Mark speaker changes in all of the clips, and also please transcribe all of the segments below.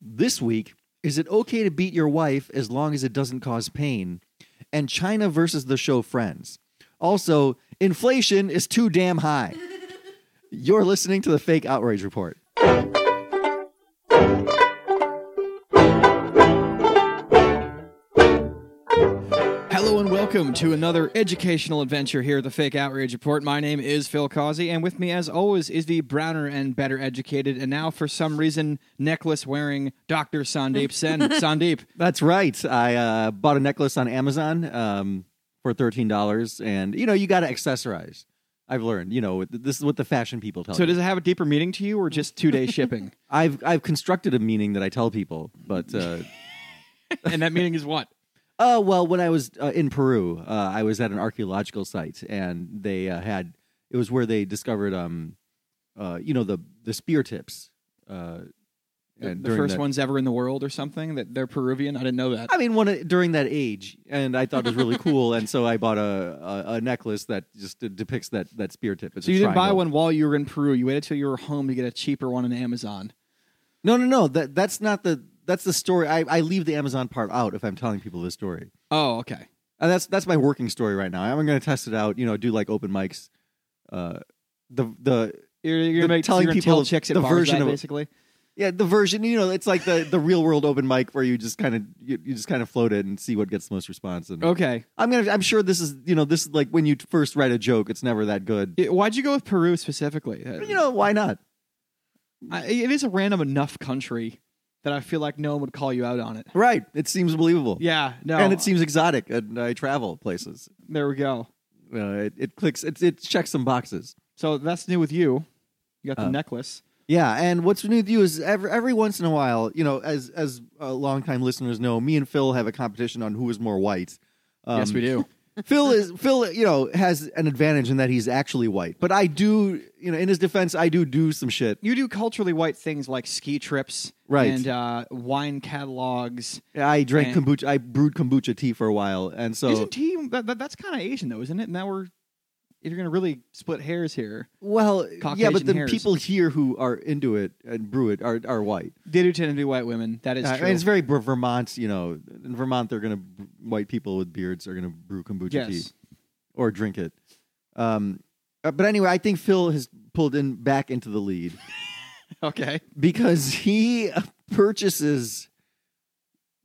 Speaker 1: This week, is it okay to beat your wife as long as it doesn't cause pain? And China versus the show Friends. Also, inflation is too damn high. You're listening to the Fake Outrage Report.
Speaker 2: Hello and welcome to another educational adventure here at the Fake Outrage Report. My name is Phil Causey, and with me, as always, is the browner and better educated, and now for some reason, necklace wearing Dr. Sandeep Sen. Sandeep,
Speaker 1: That's right. I uh, bought a necklace on Amazon um, for thirteen dollars, and you know you got to accessorize. I've learned, you know, this is what the fashion people tell
Speaker 2: so
Speaker 1: you.
Speaker 2: does it have a deeper meaning to you or just two day shipping?
Speaker 1: I've I've constructed a meaning that I tell people, but uh,
Speaker 2: And that meaning is what?
Speaker 1: uh, well, when I was uh, in Peru, uh, I was at an archaeological site, and they uh, had it was where they discovered, um, uh, you know, the the spear tips. Uh,
Speaker 2: The, the
Speaker 1: during
Speaker 2: first
Speaker 1: that-
Speaker 2: ones ever in the world or something? That they're Peruvian? I didn't know that.
Speaker 1: I mean, one during that age, and I thought it was really cool, and so I bought a, a, a necklace that just depicts that that spear tip. It's
Speaker 2: So
Speaker 1: a
Speaker 2: you didn't buy
Speaker 1: triangle.
Speaker 2: one while you were in Peru. You waited till you were home to get a cheaper one on Amazon.
Speaker 1: No, no, no. That that's not the that's the story. I, I leave the Amazon part out if I'm telling people this story.
Speaker 2: Oh, okay.
Speaker 1: And that's that's my working story right now. I'm going to test it out. You know, do like open mics. Uh, the the
Speaker 2: You're, you're
Speaker 1: The-
Speaker 2: gonna make,
Speaker 1: telling people
Speaker 2: telling people tell chicks at
Speaker 1: the
Speaker 2: bars
Speaker 1: version
Speaker 2: that,
Speaker 1: of-
Speaker 2: basically.
Speaker 1: yeah the version. You know, it's like the the real world open mic where you just kind of you, you just kind of float it and see what gets the most response. And
Speaker 2: Okay.
Speaker 1: I'm gonna I'm sure this is you know this is like when you first write a joke, it's never that good.
Speaker 2: Yeah, Why'd you go with Peru specifically? Uh,
Speaker 1: But, you know why not?
Speaker 2: I, it is a random enough country that I feel like no one would call you out on it.
Speaker 1: Right. It seems believable.
Speaker 2: Yeah, no.
Speaker 1: And e- it seems exotic, and I travel places.
Speaker 2: there we go.
Speaker 1: Uh, it, it clicks. It, it checks some boxes.
Speaker 2: So that's new with you. You got the
Speaker 1: Uh,
Speaker 2: necklace.
Speaker 1: Yeah, and what's new with you is every every once in a while, you know, as as uh, longtime listeners know, me and Phil have a competition on who is more white. Um,
Speaker 2: yes, we do.
Speaker 1: Phil is Phil, you know, has an advantage in that he's actually white. But I do, you know, in his defense, I do do some shit.
Speaker 2: You do culturally white things like ski trips,
Speaker 1: Right.
Speaker 2: And uh, wine catalogs.
Speaker 1: I drank
Speaker 2: And-
Speaker 1: kombucha. I brewed kombucha tea for a while, and so
Speaker 2: Isn't tea that, that, that's kind of Asian though, isn't it? Now we're if you're gonna really split hairs here,
Speaker 1: well, yeah. But
Speaker 2: Caucasian
Speaker 1: the
Speaker 2: hairs.
Speaker 1: people here who are into it and brew it are are white.
Speaker 2: they do tend to be white women. That is
Speaker 1: Uh,
Speaker 2: true.
Speaker 1: and it's very Br- Vermont. You know, in Vermont, they're gonna white people with beards are gonna brew kombucha
Speaker 2: yes.
Speaker 1: tea. or drink it. Um, uh, but anyway, I think Phil has pulled in back into the lead
Speaker 2: Okay.
Speaker 1: because he uh, purchases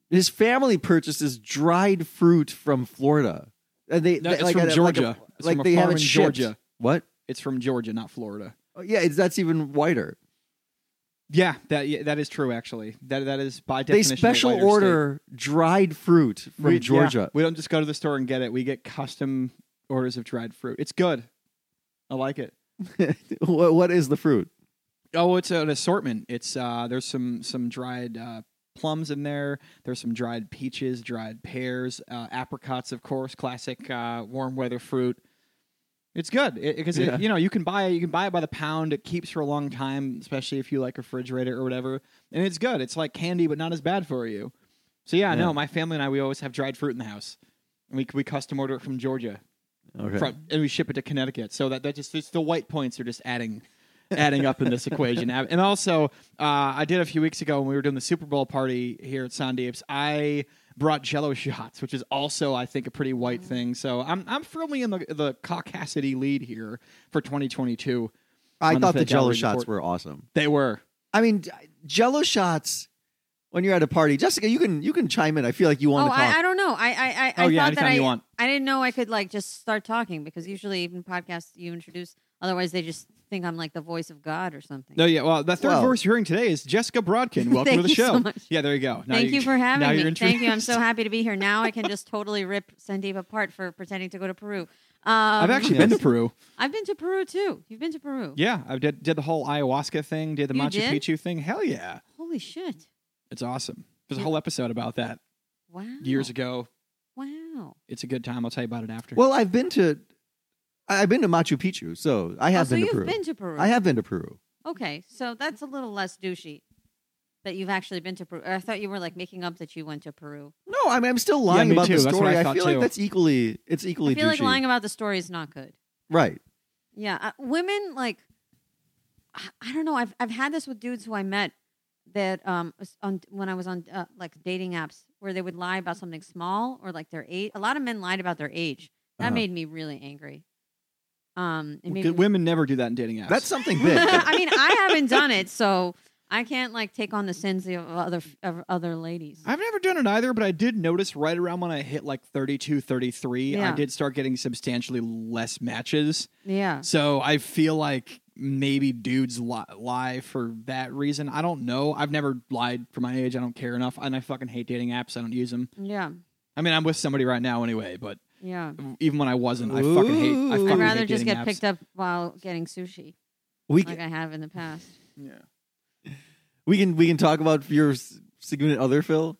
Speaker 1: his family purchases dried fruit from Florida, and they,
Speaker 2: No,
Speaker 1: they-
Speaker 2: it's
Speaker 1: like
Speaker 2: from
Speaker 1: at a- like a-
Speaker 2: Georgia. It's
Speaker 1: like
Speaker 2: from a
Speaker 1: they have
Speaker 2: farm
Speaker 1: it
Speaker 2: in
Speaker 1: shipped.
Speaker 2: Georgia.
Speaker 1: What?
Speaker 2: It's from Georgia, not Florida.
Speaker 1: Oh, yeah, it's, that's even whiter.
Speaker 2: Yeah, that yeah, that is true. Actually, that that is by
Speaker 1: They
Speaker 2: definition. a
Speaker 1: special
Speaker 2: whiter
Speaker 1: order dried fruit
Speaker 2: state.
Speaker 1: from
Speaker 2: We- yeah,
Speaker 1: Georgia.
Speaker 2: we don't just go to the store and get it. We get custom orders of dried fruit. It's good. I like it.
Speaker 1: What- what is the fruit?
Speaker 2: Oh, it's an assortment. It's uh, there's some some dried uh, plums in there. There's some dried peaches, dried pears, uh, apricots, of course, classic uh, warm weather fruit. It's good because
Speaker 1: Yeah.
Speaker 2: you know you can buy you can buy it by the pound. It keeps for a long time, especially if you like refrigerate it or whatever. And it's good. It's like candy, but not as bad for you. So yeah,
Speaker 1: Yeah.
Speaker 2: no, my family and I we always have dried fruit in the house. And we we custom order it from Georgia,
Speaker 1: Okay.
Speaker 2: from, and we ship it to Connecticut. So that, that just it's the white points are just adding adding up in this equation. Ab- And also, uh, I did a few weeks ago when we were doing the Super Bowl party here at Sandeep's. I brought Jello shots, which is also I think a pretty white
Speaker 1: Mm.
Speaker 2: thing. So I'm I'm firmly in the the caucasity lead here for 2022.
Speaker 1: I
Speaker 2: on
Speaker 1: thought the,
Speaker 2: Fake
Speaker 1: Jello
Speaker 2: Outrage
Speaker 1: shots
Speaker 2: Report.
Speaker 1: were awesome.
Speaker 2: They were.
Speaker 1: I mean, j- Jello shots when you're at a party. Jessica, you can you can chime in. I feel like you want
Speaker 3: Oh,
Speaker 1: to talk.
Speaker 3: I, I don't know. I I, I,
Speaker 2: oh
Speaker 3: I
Speaker 2: yeah,
Speaker 3: thought that
Speaker 2: anytime
Speaker 3: I,
Speaker 2: you want.
Speaker 3: I didn't know I could like just start talking because usually even podcasts you introduce, otherwise they just think I'm like the voice of God or something.
Speaker 2: No, yeah. Well, that third
Speaker 1: Well-
Speaker 2: voice you're hearing today is Jessica Brodkin. Welcome to
Speaker 3: Thank
Speaker 2: the
Speaker 3: you
Speaker 2: show.
Speaker 3: so much.
Speaker 2: Yeah, there you go. Now
Speaker 3: Thank you, for having
Speaker 2: now
Speaker 3: me.
Speaker 2: you're
Speaker 3: Thank you. I'm
Speaker 2: introduced.
Speaker 3: so happy to be here. Now I can just totally rip Sandeep apart for pretending to go to Peru. Um,
Speaker 2: I've actually been to Peru.
Speaker 3: I've been to Peru too. You've been to Peru.
Speaker 2: Yeah, I did did the whole ayahuasca thing, did the
Speaker 3: You
Speaker 2: Machu
Speaker 3: did?
Speaker 2: Picchu thing. Hell yeah,
Speaker 3: Holy shit!
Speaker 2: it's awesome. There's a
Speaker 3: Yeah.
Speaker 2: whole episode about that
Speaker 3: Wow.
Speaker 2: years ago.
Speaker 3: Wow.
Speaker 2: It's a good time. I'll tell you about it after.
Speaker 1: well, I've been to I- I've been to Machu Picchu, so I have been
Speaker 3: oh, so
Speaker 1: to
Speaker 3: you've
Speaker 1: Peru.
Speaker 3: been to Peru.
Speaker 1: I have been to Peru.
Speaker 3: Okay, so that's a little less douchey that you've actually been to Peru. I thought you were like making up that you went to Peru.
Speaker 1: No, I mean I'm still lying
Speaker 2: me
Speaker 1: about
Speaker 2: too.
Speaker 1: the
Speaker 2: That's what
Speaker 1: story.
Speaker 2: I
Speaker 1: I,
Speaker 2: thought
Speaker 1: feel
Speaker 2: too.
Speaker 1: like that's equally it's equally
Speaker 3: I feel like
Speaker 1: douchey.
Speaker 3: lying about the story is not good.
Speaker 1: Right.
Speaker 3: Yeah, uh, women like I, I don't know. I've I've had this with dudes who I met that um s- on when I was on uh, like dating apps where they would lie about something small or like their age. A lot of men lied about their age. That
Speaker 1: Uh-huh.
Speaker 3: made me really angry. Um, it made me-
Speaker 2: Women never do that in dating apps.
Speaker 1: That's something big.
Speaker 3: I mean, I haven't done it, so I can't like take on the sins of other of other ladies.
Speaker 2: I've never done it either, but I did notice right around when I hit like 32, 33, I
Speaker 3: Yeah.
Speaker 2: did start getting substantially less matches.
Speaker 3: yeah.
Speaker 2: So I feel like maybe dudes li- lie for that reason. I don't know. I've never lied for my age. I don't care enough. And I fucking hate dating apps. I don't use them.
Speaker 3: Yeah.
Speaker 2: I mean, I'm with somebody right now anyway, but
Speaker 3: Yeah.
Speaker 2: even when I wasn't, I fucking hate. I
Speaker 1: Ooh.
Speaker 2: fucking
Speaker 3: I'd
Speaker 1: hate
Speaker 3: rather just get picked up while getting sushi,
Speaker 1: we
Speaker 3: like
Speaker 1: can,
Speaker 3: I have in the past.
Speaker 2: Yeah.
Speaker 1: we can we can talk about your s- significant other, Phil.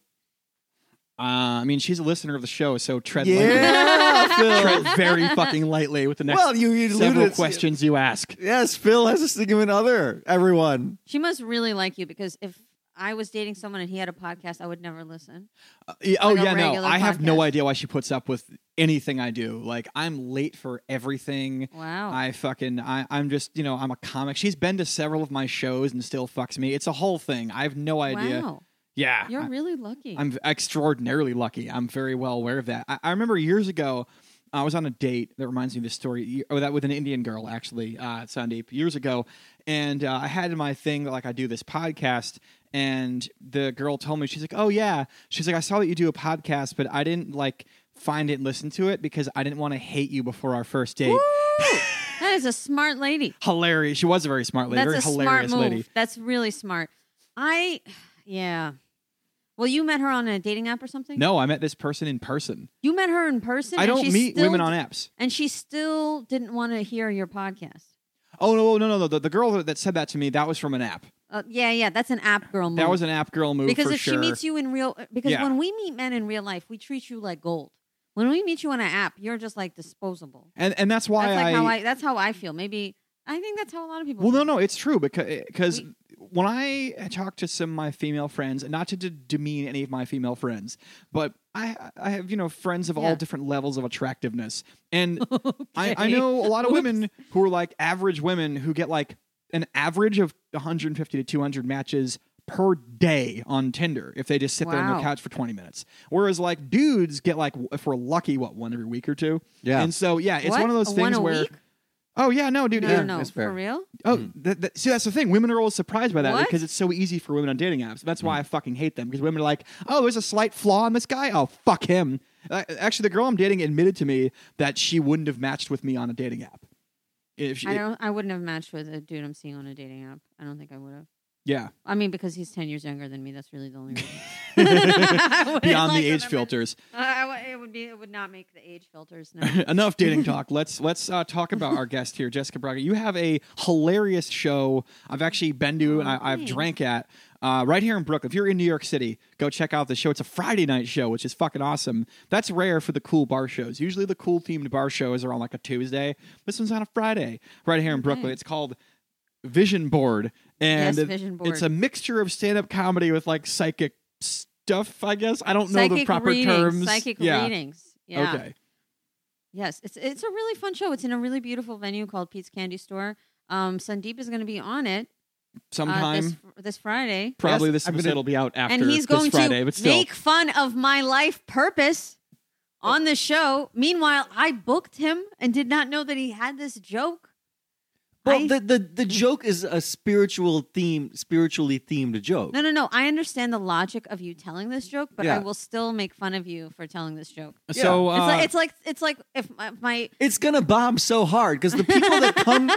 Speaker 2: Uh, I mean, she's a listener of the show, so tread lightly.
Speaker 1: Yeah, Phil.
Speaker 2: tread very fucking lightly with the next
Speaker 1: well, you, you
Speaker 2: several
Speaker 1: alluded-
Speaker 2: questions you ask.
Speaker 1: Yes, Phil has a significant other. Everyone.
Speaker 3: She must really like you because if I was dating someone and he had a podcast, I would never listen.
Speaker 2: Uh, yeah, oh
Speaker 3: Like a
Speaker 2: yeah, no,
Speaker 3: regular
Speaker 2: I have no
Speaker 3: podcast.
Speaker 2: idea why she puts up with anything I do. Like I'm late for everything.
Speaker 3: Wow.
Speaker 2: I fucking I, I'm just you know I'm a comic. She's been to several of my shows and still fucks me. It's a whole thing. I have no idea.
Speaker 3: Wow.
Speaker 2: Yeah,
Speaker 3: You're
Speaker 2: I-
Speaker 3: really lucky.
Speaker 2: I'm extraordinarily lucky. I'm very well aware of that. I, I remember years ago, I was on a date that reminds me of this story. Oh, that with an Indian girl actually, uh, Sandeep, years ago, and uh, I had my thing that like I do this podcast, and the girl told me she's like, "Oh yeah," she's like, "I saw that you do a podcast, but I didn't like find it and listen to it because I didn't want to hate you before our first date."
Speaker 3: that is a smart lady.
Speaker 2: Hilarious. She was a very smart lady,
Speaker 3: That's
Speaker 2: very
Speaker 3: a smart
Speaker 2: hilarious
Speaker 3: move.
Speaker 2: lady.
Speaker 3: That's really smart. I, yeah. Well, you met her on a dating app or something?
Speaker 2: No, I met this person in person.
Speaker 3: You met her in person?
Speaker 2: I
Speaker 3: and
Speaker 2: don't
Speaker 3: she
Speaker 2: meet
Speaker 3: still-
Speaker 2: women on apps.
Speaker 3: And she still didn't want to hear your podcast.
Speaker 2: Oh no, no, no, no! The, the girl that said that to me, that was from an app.
Speaker 3: Uh, yeah, yeah. That's an app girl move.
Speaker 2: That was an app girl move
Speaker 3: Mm. because
Speaker 2: for
Speaker 3: if
Speaker 2: sure.
Speaker 3: she meets you in real, uh, because
Speaker 2: Yeah.
Speaker 3: when we meet men in real life, we treat you like gold. When we meet you on an app, you're just like disposable.
Speaker 2: and and that's why
Speaker 3: That's like
Speaker 2: I,
Speaker 3: how I. That's how I feel. Maybe I think that's how a lot of people.
Speaker 2: well
Speaker 3: feel.
Speaker 2: no no it's true because because
Speaker 3: We-
Speaker 2: when I talk to some of my female friends, and not to d- demean any of my female friends, but I I have you know friends of all
Speaker 3: Yeah.
Speaker 2: different levels of attractiveness, and I, I
Speaker 3: Okay.
Speaker 2: know a lot of
Speaker 3: Oops.
Speaker 2: women who are like average women who get like an average of 150 to 200 matches per day on Tinder if they just sit there on their
Speaker 3: Wow.
Speaker 2: couch for 20 minutes, whereas like dudes get like w- if we're lucky what one every week or two,
Speaker 1: Yeah.
Speaker 2: and so yeah, it's
Speaker 3: What?
Speaker 2: one of those
Speaker 3: A
Speaker 2: things
Speaker 3: one a
Speaker 2: where.
Speaker 3: week?
Speaker 2: Oh yeah, no, dude.
Speaker 3: No,
Speaker 2: it-
Speaker 1: Yeah,
Speaker 3: no, no.
Speaker 1: that's fair.
Speaker 3: For real?
Speaker 2: Oh, that, that- see, that's the thing. Women are always surprised by that
Speaker 3: What?
Speaker 2: because it's so easy for women on dating apps. That's why I fucking hate them because women are like, "Oh, there's a slight flaw in this guy. Oh, fuck him." Uh, actually, the girl I'm dating admitted to me that she wouldn't have matched with me on a dating app. If she,
Speaker 3: I don't. I wouldn't have matched with a dude I'm seeing on a dating app. I don't think I would have.
Speaker 2: yeah,
Speaker 3: I mean, because he's ten years younger than me. That's really the only reason. I wouldn't
Speaker 2: beyond
Speaker 3: like
Speaker 2: the
Speaker 3: him.
Speaker 2: age filters.
Speaker 3: Uh, I w- it would be. It would not make the age filters. No.
Speaker 2: Enough dating talk. Let's let's uh, talk about our guest here, Jessica Braga. You have a hilarious show. I've actually been to and I, I've
Speaker 3: Oh, Nice.
Speaker 2: drank at uh, right here in Brooklyn. If you're in New York City, go check out the show. It's a Friday night show, which is fucking awesome. That's rare for the cool bar shows. Usually the cool themed bar shows are on like a Tuesday. This one's on a Friday right here in Brooklyn. It's called Vision Board, and
Speaker 3: Yes, Vision Board.
Speaker 2: it's a mixture of stand up comedy with like psychic stuff. I guess I don't know the
Speaker 3: Psychic
Speaker 2: proper
Speaker 3: readings,
Speaker 2: terms.
Speaker 3: Psychic
Speaker 2: yeah.
Speaker 3: readings. Yeah. Uh,
Speaker 2: Okay.
Speaker 3: Yes, it's it's a really fun show. It's in a really beautiful venue called Pete's Candy Store. Um, Sandeep is going to be on it uh,
Speaker 2: Sometime.
Speaker 3: this fr- this Friday,
Speaker 2: Probably
Speaker 1: Yes,
Speaker 2: this
Speaker 1: I'm gonna-
Speaker 2: episode will be out after
Speaker 3: and he's
Speaker 2: this
Speaker 3: going
Speaker 2: Friday,
Speaker 3: to
Speaker 2: but still.
Speaker 3: make fun of my life purpose on the show. Meanwhile, I booked him and did not know that he had this joke.
Speaker 1: Well,
Speaker 3: I-
Speaker 1: the, the the joke is a spiritual theme, spiritually themed joke.
Speaker 3: No, no, no. I understand the logic of you telling this joke, but
Speaker 1: Yeah.
Speaker 3: I will still make fun of you for telling this joke.
Speaker 2: so uh,
Speaker 3: it's, like, it's like it's like if my, my
Speaker 1: It's gonna bomb so hard because the people that come,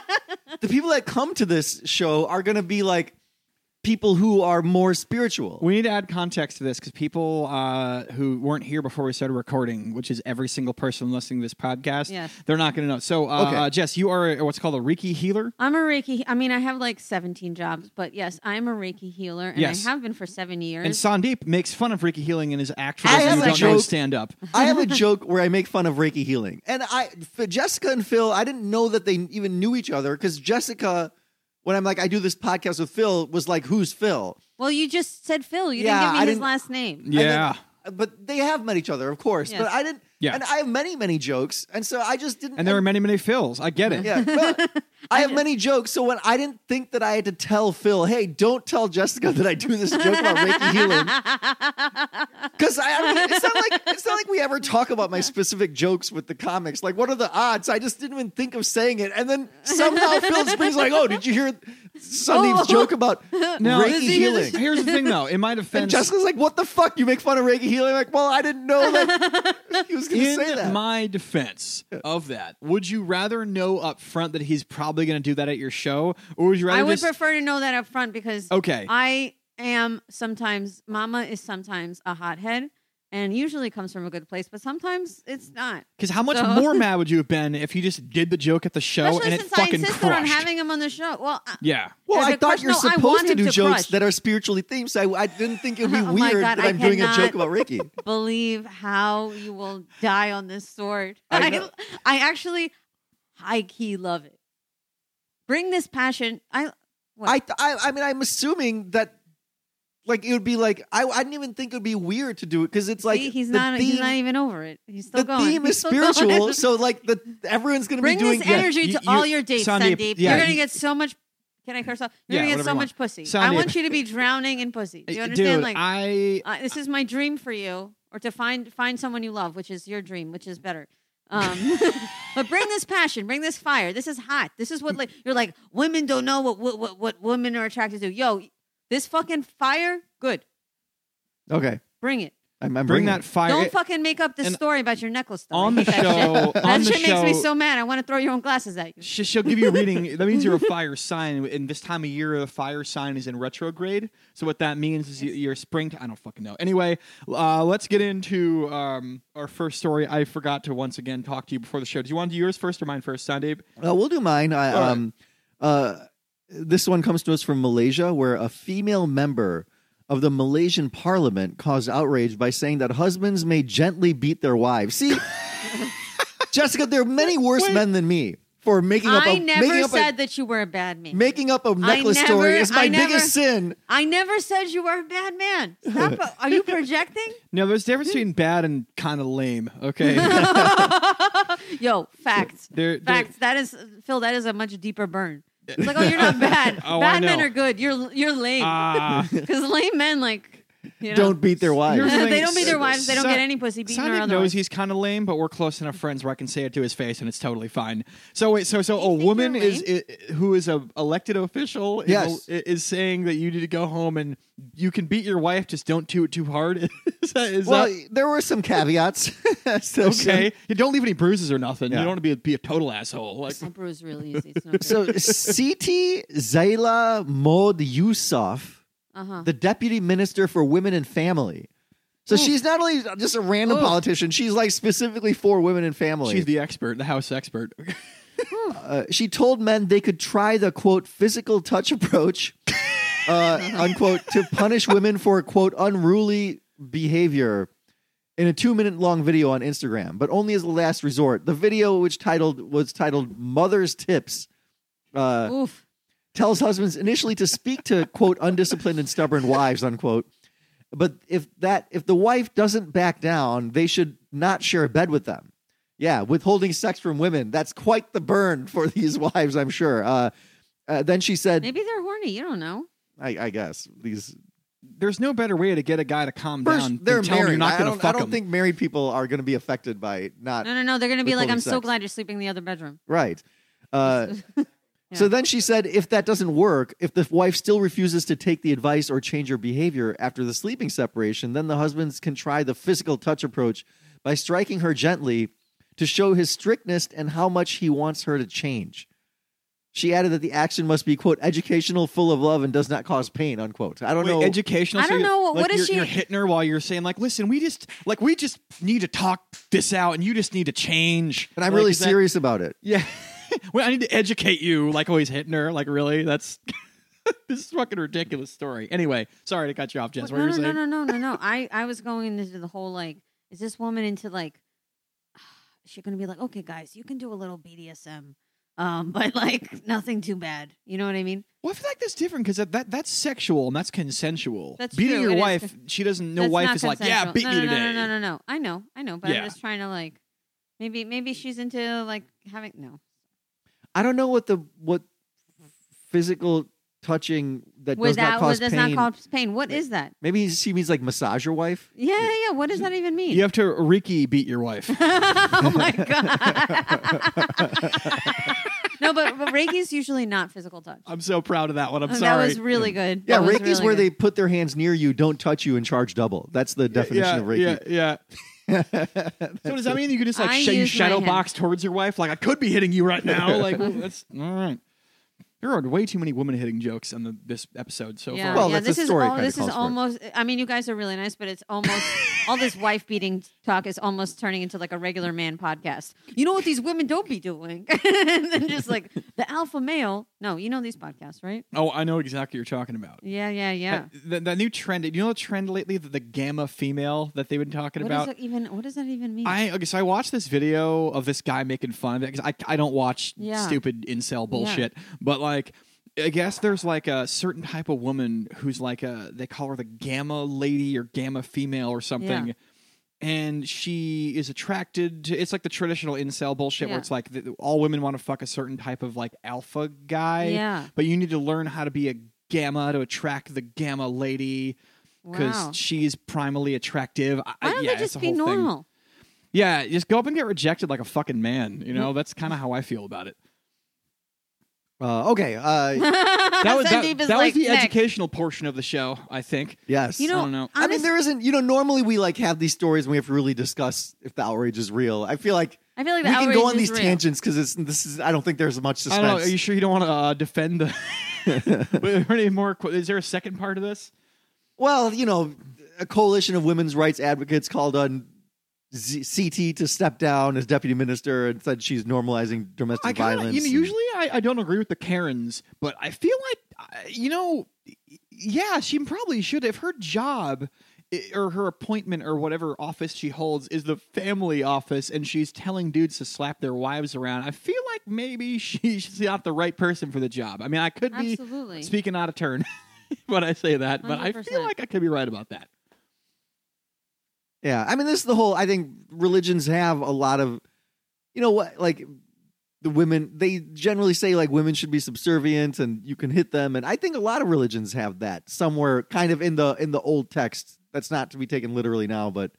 Speaker 1: the people that come to this show are gonna be like people who are more spiritual.
Speaker 2: we need to add context to this because people uh, who weren't here before we started recording, which is every single person listening to this podcast,
Speaker 3: Yes.
Speaker 2: they're not going to know. So, uh,
Speaker 1: Okay.
Speaker 2: uh, Jess, you are a- what's called a Reiki healer.
Speaker 3: I'm a Reiki. I mean, I have like 17 jobs, but yes, I'm a Reiki healer, and
Speaker 2: Yes.
Speaker 3: I have been for seven years.
Speaker 2: And Sandeep makes fun of Reiki healing in his actual
Speaker 1: I
Speaker 2: you
Speaker 1: have
Speaker 2: don't
Speaker 1: a
Speaker 2: know
Speaker 1: joke.
Speaker 2: stand up.
Speaker 1: I have a joke where I make fun of Reiki healing, and I for Jessica and Phil. I didn't know that they even knew each other because Jessica, when I'm like I do this podcast with Phil, was like, "Who's Phil?"
Speaker 3: Well, you just said Phil. You
Speaker 1: Yeah,
Speaker 3: didn't give me
Speaker 1: I
Speaker 3: his
Speaker 1: didn't-
Speaker 3: last name.
Speaker 1: And then
Speaker 2: Yeah.
Speaker 1: but they have met each other, of course.
Speaker 3: Yes.
Speaker 1: But I didn't.
Speaker 2: Yes.
Speaker 1: And I have many, many jokes, and so I just didn't.
Speaker 2: And there are many, many fills. I get it.
Speaker 1: Yeah, well, I have many jokes. So when I didn't think that I had to tell Phil, hey, don't tell Jessica that I do this joke about Reiki healing, because I, I mean, it's not like it's not like we ever talk about my specific jokes with the comics. Like, what are the odds? I just didn't even think of saying it, and then somehow Phil Spring's like, oh, did you hear Sunny's
Speaker 3: Oh.
Speaker 1: joke about
Speaker 2: Now,
Speaker 1: Reiki healing?
Speaker 2: here's the thing, though. It might
Speaker 1: And
Speaker 2: offend
Speaker 1: Jessica's like, what the fuck? You make fun of Reiki healing? I'm like, well, I didn't know that he was going to
Speaker 2: in
Speaker 1: say that.
Speaker 2: my defense of that, would you rather know up front that he's probably going to do that at your show, or would you rather
Speaker 3: I would
Speaker 2: just
Speaker 3: prefer to know that up front because
Speaker 2: okay?
Speaker 3: I am sometimes Mama is sometimes a hothead and usually comes from a good place, but sometimes it's not.
Speaker 2: Because how much
Speaker 3: So-
Speaker 2: more mad would you have been if you just did the joke at the show
Speaker 3: Especially
Speaker 2: and it
Speaker 3: since I
Speaker 2: fucking
Speaker 3: insisted on
Speaker 2: crushed?
Speaker 3: having him on the show. Well, I-
Speaker 2: yeah.
Speaker 1: Well,
Speaker 3: As
Speaker 1: I
Speaker 3: a
Speaker 1: thought
Speaker 3: crush-
Speaker 1: you're
Speaker 3: no, I want
Speaker 1: supposed to
Speaker 3: him
Speaker 1: do
Speaker 3: to
Speaker 1: jokes
Speaker 3: crush.
Speaker 1: that are spiritually themed, so I, I didn't think it would be
Speaker 3: Oh my
Speaker 1: weird
Speaker 3: God,
Speaker 1: that
Speaker 3: I
Speaker 1: I'm doing a
Speaker 3: cannot-
Speaker 1: joke about Ricky.
Speaker 3: believe how you will die on this sword.
Speaker 1: I
Speaker 3: I,
Speaker 1: know.
Speaker 3: I, actually high key love it. Bring this passion. I what?
Speaker 1: I, I, I mean, I'm assuming that, like, it would be like I, I didn't even think it would be weird to do it because it's like
Speaker 3: See, he's
Speaker 1: the
Speaker 3: not
Speaker 1: Theme,
Speaker 3: he's not even over it. He's still
Speaker 1: the
Speaker 3: going.
Speaker 1: theme
Speaker 3: He's
Speaker 1: is
Speaker 3: still going.
Speaker 1: spiritual, so like the everyone's going to be
Speaker 3: Bring
Speaker 1: doing.
Speaker 3: this
Speaker 2: yeah,
Speaker 3: energy
Speaker 2: you-
Speaker 3: to
Speaker 2: you-
Speaker 3: all your dates,
Speaker 2: Sandeep,
Speaker 3: Sandeep.
Speaker 2: yeah,
Speaker 3: You're gonna
Speaker 2: you-
Speaker 3: get so much. Can I curse off? You're
Speaker 2: Yeah,
Speaker 3: gonna
Speaker 2: whatever
Speaker 3: get so
Speaker 2: you want.
Speaker 3: much pussy.
Speaker 2: Sandeep.
Speaker 3: I want you to be drowning in pussy. Do you understand?
Speaker 2: Dude,
Speaker 3: like
Speaker 2: I
Speaker 3: uh, this is my dream for you, or to find find someone you love, which is your dream, which is better. Um, but bring this passion, bring this fire. This is hot. This is what like you're like. Women don't know what what what, what women are attracted to. Yo, this fucking fire, good.
Speaker 1: Okay,
Speaker 3: Bring it.
Speaker 1: I'm, I'm
Speaker 2: bring
Speaker 1: bringing
Speaker 2: that
Speaker 1: it.
Speaker 2: fire
Speaker 3: Don't
Speaker 2: it-
Speaker 3: fucking make up this
Speaker 2: eh, and
Speaker 3: story about your necklace. Story.
Speaker 2: on the
Speaker 3: That shit.
Speaker 2: show.
Speaker 3: That
Speaker 2: on the
Speaker 3: shit
Speaker 2: show,
Speaker 3: makes me so mad. I want to throw your own glasses at you.
Speaker 2: She, she'll give you a reading. That means you're a fire sign, and this time of year, the fire sign is in retrograde. So what that means is you, you're spring. I don't fucking know. Anyway, uh, let's get into um, our first story. I forgot to once again talk to you before the show. Do you want to do yours first or mine first, Sandeep?
Speaker 1: Uh, we'll do mine. I,
Speaker 2: All right.
Speaker 1: um, uh, this one comes to us from Malaysia, where a female member of the Malaysian parliament caused outrage by saying that husbands may gently beat their wives. See, Jessica, there are many worse
Speaker 2: Wait.
Speaker 1: men than me for making up. a-
Speaker 3: I
Speaker 1: making
Speaker 3: never
Speaker 1: up
Speaker 3: said
Speaker 1: a,
Speaker 3: that you were a bad man.
Speaker 1: making up a necklace
Speaker 3: never-
Speaker 1: story is my
Speaker 3: I never-
Speaker 1: biggest sin.
Speaker 3: I never said you were a bad man. Stop. are you projecting?
Speaker 2: No, there's a difference
Speaker 3: Hmm.
Speaker 2: between bad and kind of lame. Okay.
Speaker 3: Yo, facts.
Speaker 2: They're- they're-
Speaker 3: facts. That is Phil. That is a much deeper burn. It's like, oh, you're not bad.
Speaker 2: Oh, I
Speaker 3: bad men
Speaker 2: know.
Speaker 3: are good. You're you're lame.
Speaker 2: Ah.
Speaker 3: Because lame men like you know,
Speaker 1: Don't beat their
Speaker 2: Here's
Speaker 1: wives.
Speaker 2: the
Speaker 3: they
Speaker 2: thing.
Speaker 3: don't beat their wives. They don't
Speaker 2: Sa-
Speaker 3: get any pussy beaten or
Speaker 2: Sonic knows
Speaker 3: otherwise.
Speaker 2: he's kind of lame, but we're close enough friends where I can say it to his face, and it's totally fine. So wait, so so a
Speaker 3: think
Speaker 2: woman
Speaker 3: you're
Speaker 2: is i- who is a elected official is-
Speaker 1: Yes.
Speaker 2: i- is saying that you need to go home and you can beat your wife, just don't do it too hard. is that, is
Speaker 1: Well,
Speaker 2: that
Speaker 1: there were some caveats. So-
Speaker 2: okay? You don't leave any bruises or nothing. You
Speaker 1: Yeah.
Speaker 2: don't want to be a, be a total asshole. Like
Speaker 3: I bruise really easy. It's no
Speaker 1: So, Siti Zaila Mod Yusuf.
Speaker 3: uh huh.
Speaker 1: the deputy minister for women and family. So
Speaker 3: Oof.
Speaker 1: she's not only just a random
Speaker 3: Oof.
Speaker 1: politician, she's like specifically for women and family.
Speaker 2: she's the expert, the house expert.
Speaker 1: Uh, she told men they could try the quote physical touch approach, uh, unquote, to punish women for quote unruly behavior in a two minute long video on Instagram, but only as a last resort. The video, which titled was titled "Mother's Tips," uh,
Speaker 3: Oof.
Speaker 1: tells husbands initially to speak to quote undisciplined and stubborn wives unquote but if that if the wife doesn't back down they should not share a bed with them yeah withholding sex from women that's quite the burn for these wives i'm sure uh, uh, then she said
Speaker 3: Maybe they're horny. You don't know.
Speaker 1: I, I guess these
Speaker 2: There's no better way to get a guy to calm
Speaker 1: first
Speaker 2: down. than
Speaker 1: they're
Speaker 2: tell him
Speaker 1: married
Speaker 2: you're not
Speaker 1: i
Speaker 2: gonna
Speaker 1: don't, I
Speaker 2: fuck
Speaker 1: don't
Speaker 2: him.
Speaker 1: think married people are going to be affected by not
Speaker 3: No, no, no. They're gonna be like,
Speaker 1: Withholding
Speaker 3: I'm so
Speaker 1: sex.
Speaker 3: glad you're sleeping in the other bedroom.
Speaker 1: Right. Uh, So then she said, if that doesn't work, if the wife still refuses to take the advice or change her behavior after the sleeping separation, then the husbands can try the physical touch approach by striking her gently to show his strictness and how much he wants her to change. She added that the action must be, quote, educational, full of love, and does not cause pain, unquote. I don't
Speaker 2: Wait,
Speaker 1: know.
Speaker 2: educational.
Speaker 3: I
Speaker 2: so
Speaker 3: don't
Speaker 2: you're-
Speaker 3: know what-
Speaker 2: like,
Speaker 3: what is
Speaker 2: you're,
Speaker 3: she-
Speaker 2: You're hitting her while you're saying like, "Listen, we just like we just need to talk this out, and you just need to change."
Speaker 1: and I'm
Speaker 2: Like,
Speaker 1: really
Speaker 2: is that-
Speaker 1: serious about it.
Speaker 2: yeah. well, I need to educate you. Like, always hitting her. Like, really? That's this is fucking ridiculous story. Anyway, sorry to cut you off, Jess. What
Speaker 3: no,
Speaker 2: were you
Speaker 3: no,
Speaker 2: saying?
Speaker 3: no, no, no, no, no. I, I was going into the whole like, is this woman into like, is she gonna be like, okay, guys, you can do a little BDSM. um, but like nothing too bad. You know what I mean?
Speaker 2: Well, I feel like that's different because that, that that's sexual and that's consensual.
Speaker 3: That's
Speaker 2: beating
Speaker 3: true,
Speaker 2: your
Speaker 3: it is
Speaker 2: wife, she doesn't. No
Speaker 3: That's
Speaker 2: wife
Speaker 3: not
Speaker 2: is like, yeah,
Speaker 3: consensual.
Speaker 2: beat
Speaker 3: no,
Speaker 2: me
Speaker 3: no,
Speaker 2: today.
Speaker 3: No, no, no, no, no. I know, I know, but
Speaker 2: Yeah.
Speaker 3: I'm just trying to like, maybe, maybe she's into like having no
Speaker 1: I don't know what the what physical touching that does
Speaker 3: without
Speaker 1: not cause
Speaker 3: does
Speaker 1: pain.
Speaker 3: not cause pain. What is that?
Speaker 1: Maybe she means like massage your wife.
Speaker 3: Yeah, yeah, yeah. What does that even mean?
Speaker 2: You have to Ricky beat your wife.
Speaker 3: oh my god. no, but, but Reiki's usually not physical touch.
Speaker 2: I'm so proud of that one. I'm
Speaker 3: Uh,
Speaker 2: sorry.
Speaker 3: That was really good.
Speaker 1: Yeah,
Speaker 2: Oh,
Speaker 3: That was
Speaker 1: Reiki's
Speaker 3: really
Speaker 1: where
Speaker 3: good.
Speaker 1: they put their hands near you, don't touch you, and charge double. That's the definition
Speaker 2: yeah,
Speaker 1: of Reiki.
Speaker 2: Yeah, yeah. so does that mean you can just like
Speaker 3: I
Speaker 2: sh- you
Speaker 3: use my
Speaker 2: shadow
Speaker 3: hand.
Speaker 2: box towards your wife? Like I could be hitting you right now. Like ooh, that's all right. There are way too many women hitting jokes on the, this episode so
Speaker 3: Yeah,
Speaker 2: far.
Speaker 1: Well,
Speaker 3: yeah,
Speaker 1: that's
Speaker 3: this
Speaker 1: a
Speaker 3: is
Speaker 1: story
Speaker 3: all,
Speaker 1: kinda
Speaker 3: this is
Speaker 1: calls for it.
Speaker 3: almost. I mean, you guys are really nice, but it's almost all this wife beating talk is almost turning into like a regular man podcast. You know what these women don't be doing, and then just like the alpha male. No, you know these podcasts, right?
Speaker 2: oh, I know exactly what you're talking about.
Speaker 3: Yeah, yeah, yeah.
Speaker 2: That- That, that new trend. Do you know the trend lately? The, the gamma female that they've been talking
Speaker 3: What does
Speaker 2: about.
Speaker 3: that even? What does that even mean?
Speaker 2: I okay, so I watched this video of this guy making fun of it because I, I don't watch
Speaker 3: Yeah.
Speaker 2: stupid incel bullshit. But like, I guess there's like a certain type of woman who's like a they call her the gamma lady or gamma female or something.
Speaker 3: Yeah.
Speaker 2: And she is attracted to it's like the traditional incel bullshit
Speaker 3: Yeah.
Speaker 2: where it's like th- all women want to fuck a certain type of like alpha guy,
Speaker 3: Yeah.
Speaker 2: but you need to learn how to be a gamma to attract the gamma lady because
Speaker 3: Wow.
Speaker 2: she's primally attractive. I,
Speaker 3: Why don't
Speaker 2: yeah,
Speaker 3: they just
Speaker 2: it's a
Speaker 3: be
Speaker 2: whole thing.
Speaker 3: normal?
Speaker 2: Yeah, just go up and get rejected like a fucking man. You know, that's kind of how I feel about it.
Speaker 1: Uh, okay. Uh,
Speaker 2: That was that,
Speaker 3: Sandeep is
Speaker 2: that was
Speaker 3: like,
Speaker 2: the
Speaker 3: "Nick."
Speaker 2: educational portion of the show, I think.
Speaker 1: yes.
Speaker 3: You
Speaker 2: I
Speaker 3: know,
Speaker 2: don't know.
Speaker 1: I mean,
Speaker 3: honest-
Speaker 1: there isn't. You know, normally we like have these stories and we have to really discuss if the outrage is real. I feel like
Speaker 3: I feel like the
Speaker 1: we can
Speaker 3: outrage
Speaker 1: go on
Speaker 3: is
Speaker 1: these
Speaker 3: real.
Speaker 1: tangents because it's this is. I don't think there's much
Speaker 2: I
Speaker 1: suspense.
Speaker 2: don't know. Are you sure you don't want to uh, defend the? Wait, are there any more? qu- Is there a second part of this?
Speaker 1: Well, you know, a coalition of women's rights advocates called on Z- CT to step down as deputy minister and said she's normalizing domestic
Speaker 2: I kinda,
Speaker 1: violence.
Speaker 2: You know,
Speaker 1: and-
Speaker 2: usually I, I don't agree with the Karens, but I feel like, uh, you know, yeah, she probably should. If her job i- or her appointment or whatever office she holds is the family office and she's telling dudes to slap their wives around, I feel like maybe she- she's not the right person for the job. I mean, I could be
Speaker 3: Absolutely.
Speaker 2: speaking out of turn when I say that, but I feel
Speaker 3: 100%.
Speaker 2: like I could be right about that.
Speaker 1: Yeah, I mean, this is the whole. I think religions have a lot of, you know, what like the women. They generally say like women should be subservient and you can hit them, and I think a lot of religions have that somewhere, kind of in the in the old text. That's not to be taken literally now, but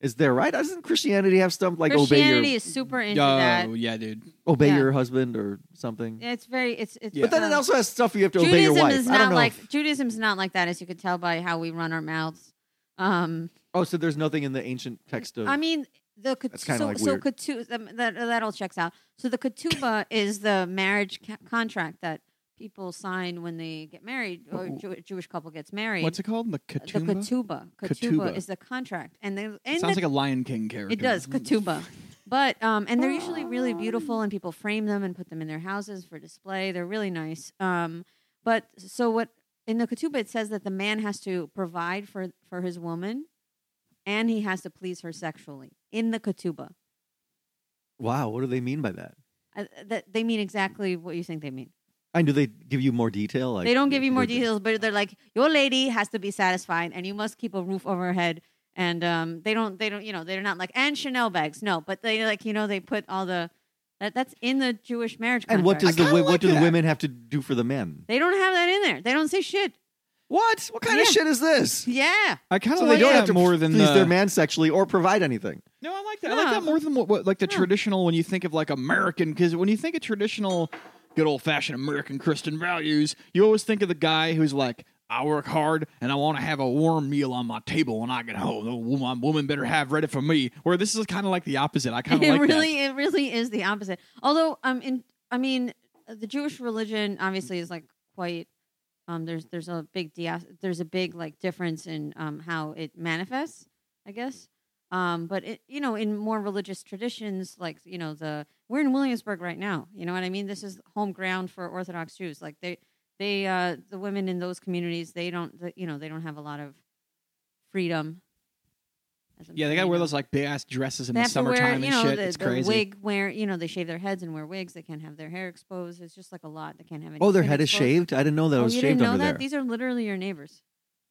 Speaker 1: is there right? Doesn't Christianity have stuff like
Speaker 3: Christianity
Speaker 1: obey your
Speaker 3: is super into that.
Speaker 2: Oh, yeah, dude.
Speaker 1: obey
Speaker 3: yeah.
Speaker 1: your husband or something?
Speaker 3: Yeah, it's very. It's it's.
Speaker 2: Yeah.
Speaker 1: But then it
Speaker 3: uh,
Speaker 1: also has stuff you have to obey your
Speaker 3: Judaism
Speaker 1: wife.
Speaker 3: is
Speaker 1: I don't
Speaker 3: not
Speaker 1: know
Speaker 3: like
Speaker 1: if-
Speaker 3: Judaism's not like that, as you could tell by how we run our mouths. Um,
Speaker 1: oh, so there's nothing in the ancient text of.
Speaker 3: I mean, the ket-
Speaker 1: That's kinda,
Speaker 3: so
Speaker 1: like,
Speaker 3: so
Speaker 1: weird.
Speaker 3: ketu- um, that that all checks out. So the ketubah is the marriage ca- contract that people sign when they get married, or
Speaker 2: Wh-
Speaker 3: Jew- a Jewish couple gets married.
Speaker 2: What's it called? The
Speaker 3: the
Speaker 2: Katuba?
Speaker 3: ketubah?
Speaker 2: Ketubah.
Speaker 3: Ketubah is the contract, and they and
Speaker 2: Sounds
Speaker 3: the-
Speaker 2: like a Lion King character.
Speaker 3: it does ketubah. But um, and they're usually really beautiful, and people frame them and put them in their houses for display. They're really nice. Um, but so what in the ketubah it says that the man has to provide for for his woman, and he has to please her sexually in the ketubah.
Speaker 1: wow, what do they mean by that?
Speaker 3: I, Uh, that they mean exactly what you think they mean.
Speaker 1: And do they give you more detail? Like
Speaker 3: they don't give you more
Speaker 1: would-
Speaker 3: details, but they're like, your lady has to be satisfied, and you must keep a roof over her head. And um, they don't, they don't, you know, they're not like and Chanel bags, no, but they like, you know, they put all the that that's in the Jewish marriage.
Speaker 1: And what does
Speaker 3: contract.
Speaker 1: the
Speaker 2: kinda
Speaker 1: wo-
Speaker 2: like
Speaker 1: what do the
Speaker 2: that.
Speaker 1: women have to do for the men?
Speaker 3: they don't have that in there? They don't say shit.
Speaker 1: What? What kind of
Speaker 3: Yeah.
Speaker 1: shit is this?
Speaker 3: Yeah,
Speaker 2: I kind of
Speaker 1: So
Speaker 2: like
Speaker 1: they don't
Speaker 2: that
Speaker 1: have to
Speaker 2: more than
Speaker 1: please
Speaker 2: the,
Speaker 1: their man sexually or provide anything.
Speaker 2: No, I like that. I like
Speaker 3: No.
Speaker 2: that more than what, what like the
Speaker 3: No.
Speaker 2: traditional when you think of like American because when you think of traditional, good old fashioned American Christian values, you always think of the guy who's like, I work hard and I want to have a warm meal on my table when I get home. The woman, woman better have ready for me. Where this is kind of like the opposite. I kind of
Speaker 3: it
Speaker 2: like that.
Speaker 3: really, it really is the opposite. Although, um, in I mean, the Jewish religion obviously is like quite. Um, there's there's a big dias- there's a big like difference in um, how it manifests, I guess. Um, but it, you know, in more religious traditions, like you know, the we're in Williamsburg right now. You know what I mean? This is home ground for Orthodox Jews. Like they, they, uh, the women in those communities, they don't, the, you know, they don't have a lot of freedom As I'm
Speaker 2: Yeah, they
Speaker 3: saying,
Speaker 2: gotta
Speaker 3: you
Speaker 2: wear
Speaker 3: know.
Speaker 2: those like big ass dresses in
Speaker 3: They
Speaker 2: the
Speaker 3: have to
Speaker 2: summertime
Speaker 3: wear,
Speaker 2: and
Speaker 3: you know,
Speaker 2: shit.
Speaker 3: the,
Speaker 2: it's
Speaker 3: the
Speaker 2: crazy.
Speaker 3: wig. Wear, you know, they shave their heads and wear wigs. They can't have their hair exposed. It's just like a lot. They can't have any.
Speaker 1: Oh, their
Speaker 3: skin
Speaker 1: head is
Speaker 3: exposed.
Speaker 1: shaved. I didn't know that it
Speaker 3: Oh,
Speaker 1: was
Speaker 3: you
Speaker 1: shaved
Speaker 3: didn't know
Speaker 1: under
Speaker 3: that?
Speaker 1: there.
Speaker 3: These are literally your neighbors.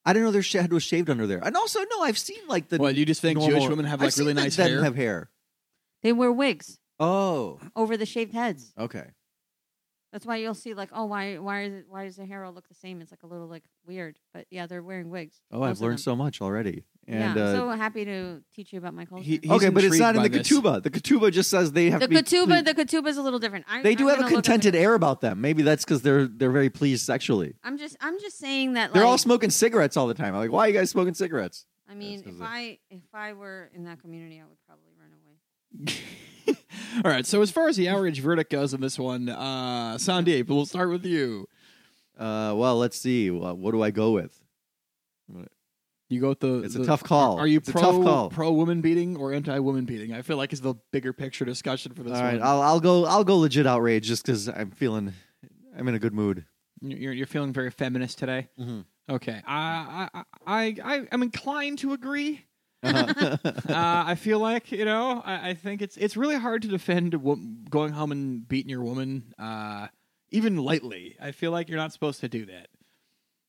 Speaker 1: I didn't know their sh- head was shaved under there. And also, no, I've seen like the
Speaker 2: well, you just think
Speaker 1: normal-
Speaker 2: Jewish women have
Speaker 1: I've
Speaker 2: like
Speaker 1: seen
Speaker 2: really
Speaker 1: that
Speaker 2: nice
Speaker 1: them
Speaker 2: hair?
Speaker 1: Have hair.
Speaker 3: They wear wigs
Speaker 1: Oh,
Speaker 3: over the shaved heads.
Speaker 1: okay.
Speaker 3: That's why you'll see like, oh, why, why is it, why does the hair all look the same? It's like a little like weird. But yeah, they're wearing wigs.
Speaker 1: Oh,
Speaker 3: most
Speaker 1: I've
Speaker 3: of
Speaker 1: learned
Speaker 3: them.
Speaker 1: so much already. And
Speaker 3: yeah,
Speaker 1: uh,
Speaker 3: I'm so happy to teach you about my culture.
Speaker 2: He- he-
Speaker 1: okay, but it's
Speaker 2: intrigued
Speaker 1: not in
Speaker 2: by
Speaker 1: the
Speaker 2: this.
Speaker 1: ketubah. The ketubah just says they have
Speaker 3: the
Speaker 1: to be.
Speaker 3: katuba, the katuba is a little different. I,
Speaker 1: they
Speaker 3: I'm
Speaker 1: do have a
Speaker 3: gonna look up the-
Speaker 1: contented air about them. Maybe that's because they're they're very pleased sexually.
Speaker 3: I'm just, I'm just saying that.
Speaker 1: They're
Speaker 3: like,
Speaker 1: all smoking cigarettes all the time. I'm like, why are you guys smoking cigarettes?
Speaker 3: I mean,
Speaker 1: That's
Speaker 3: if
Speaker 1: what
Speaker 3: I, if I were in that community, I would probably run away.
Speaker 2: All right. So as far as the average verdict goes on this one, uh, Sandeep, we'll start with you.
Speaker 1: Uh, well, let's see. Well, what do I go with?
Speaker 2: You go with the.
Speaker 1: It's
Speaker 2: the-
Speaker 1: a tough call.
Speaker 2: Are you
Speaker 1: it's
Speaker 2: pro
Speaker 1: a tough call?
Speaker 2: pro woman beating or anti woman beating? I feel like is the bigger picture discussion for this
Speaker 1: All right,
Speaker 2: one.
Speaker 1: I'll, I'll go. I'll go legit outrage just because I'm feeling. I'm in a good mood.
Speaker 2: You're you're feeling very feminist today.
Speaker 1: Mhm.
Speaker 2: Okay, I I I I am inclined to agree.
Speaker 1: Uh-huh.
Speaker 2: uh, I feel like you know. I, I think it's it's really hard to defend wo- going home and beating your woman, uh, even lightly. I feel like you're not supposed to do that.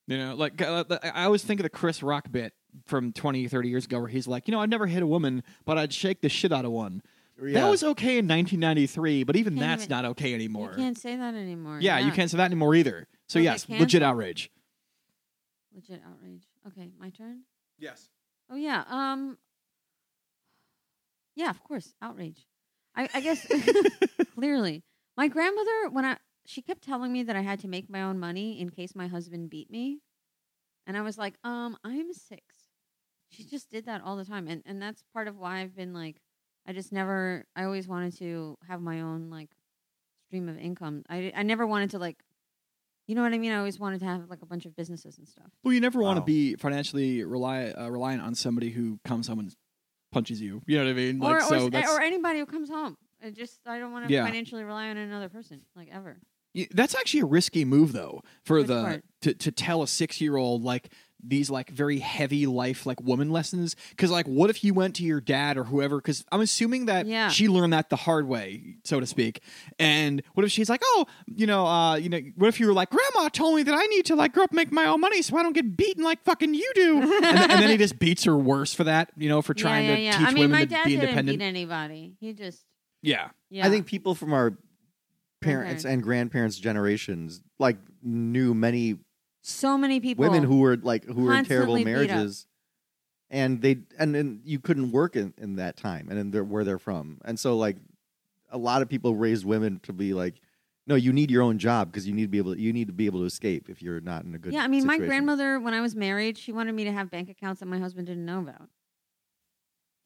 Speaker 2: You know, like uh, I I always think of the Chris Rock bit from 20, 30 years ago, where he's like, you know, I never hit a woman, but I'd shake the shit out of one.
Speaker 1: Yeah.
Speaker 2: That was okay in 1993, but even
Speaker 3: Can't
Speaker 2: that's
Speaker 3: even-
Speaker 2: not okay anymore.
Speaker 3: You can't say that anymore.
Speaker 2: yeah, you can't say that anymore either. So
Speaker 3: Will get
Speaker 2: yes, legit
Speaker 3: canceled?
Speaker 2: outrage.
Speaker 3: Legit outrage. Okay, my turn.
Speaker 2: Yes.
Speaker 3: Oh yeah. Um. Yeah, of course, outrage. I, I guess clearly, my grandmother when I she kept telling me that I had to make my own money in case my husband beat me, and I was like, um, I'm six. She just did that all the time, and and that's part of why I've been like, I just never. I always wanted to have my own like stream of income. I I never wanted to like, you know what I mean. I always wanted to have like a bunch of businesses and stuff.
Speaker 2: Well, you never want to
Speaker 1: Wow.
Speaker 2: be financially rely, uh, reliant on somebody who comes home and punches you. You know what I mean?
Speaker 3: or,
Speaker 2: so
Speaker 3: or, s- eh,
Speaker 2: that's
Speaker 3: or anybody who comes home. I just I don't want to
Speaker 2: Yeah.
Speaker 3: financially rely on another person like ever.
Speaker 2: y- that's actually a risky move though for
Speaker 3: Which
Speaker 2: the
Speaker 3: part?
Speaker 2: to, to tell a six year old like these like very heavy life like woman lessons because like what if you went to your dad or whoever because i'm assuming that
Speaker 3: Yeah.
Speaker 2: she learned that the hard way so to speak and what if she's like oh you know uh you know what if you were like grandma told me that i need to like grow up and make my own money so i don't get beaten like fucking you do and, then, and then he just beats her worse for that you know for trying
Speaker 3: yeah, yeah,
Speaker 2: to
Speaker 3: yeah.
Speaker 2: teach
Speaker 3: I mean,
Speaker 2: women
Speaker 3: my
Speaker 2: to
Speaker 3: dad
Speaker 2: be
Speaker 3: didn't
Speaker 2: independent
Speaker 3: beat anybody. He just
Speaker 2: yeah
Speaker 3: yeah.
Speaker 1: I think people from our parents
Speaker 3: Grandparents.
Speaker 1: and grandparents' generations like knew many
Speaker 3: so many people.
Speaker 1: women who were like who were in terrible
Speaker 3: constantly beat up.
Speaker 1: marriages, and they and then you couldn't work in, in that time and in their, where they're from, and so like a lot of people raised women to be like, no, you need your own job because you need to be able to, you need to be able to escape if you're not in a good
Speaker 3: yeah, I mean, my
Speaker 1: situation.
Speaker 3: grandmother when I was married, she wanted me to have bank accounts that my husband didn't know about.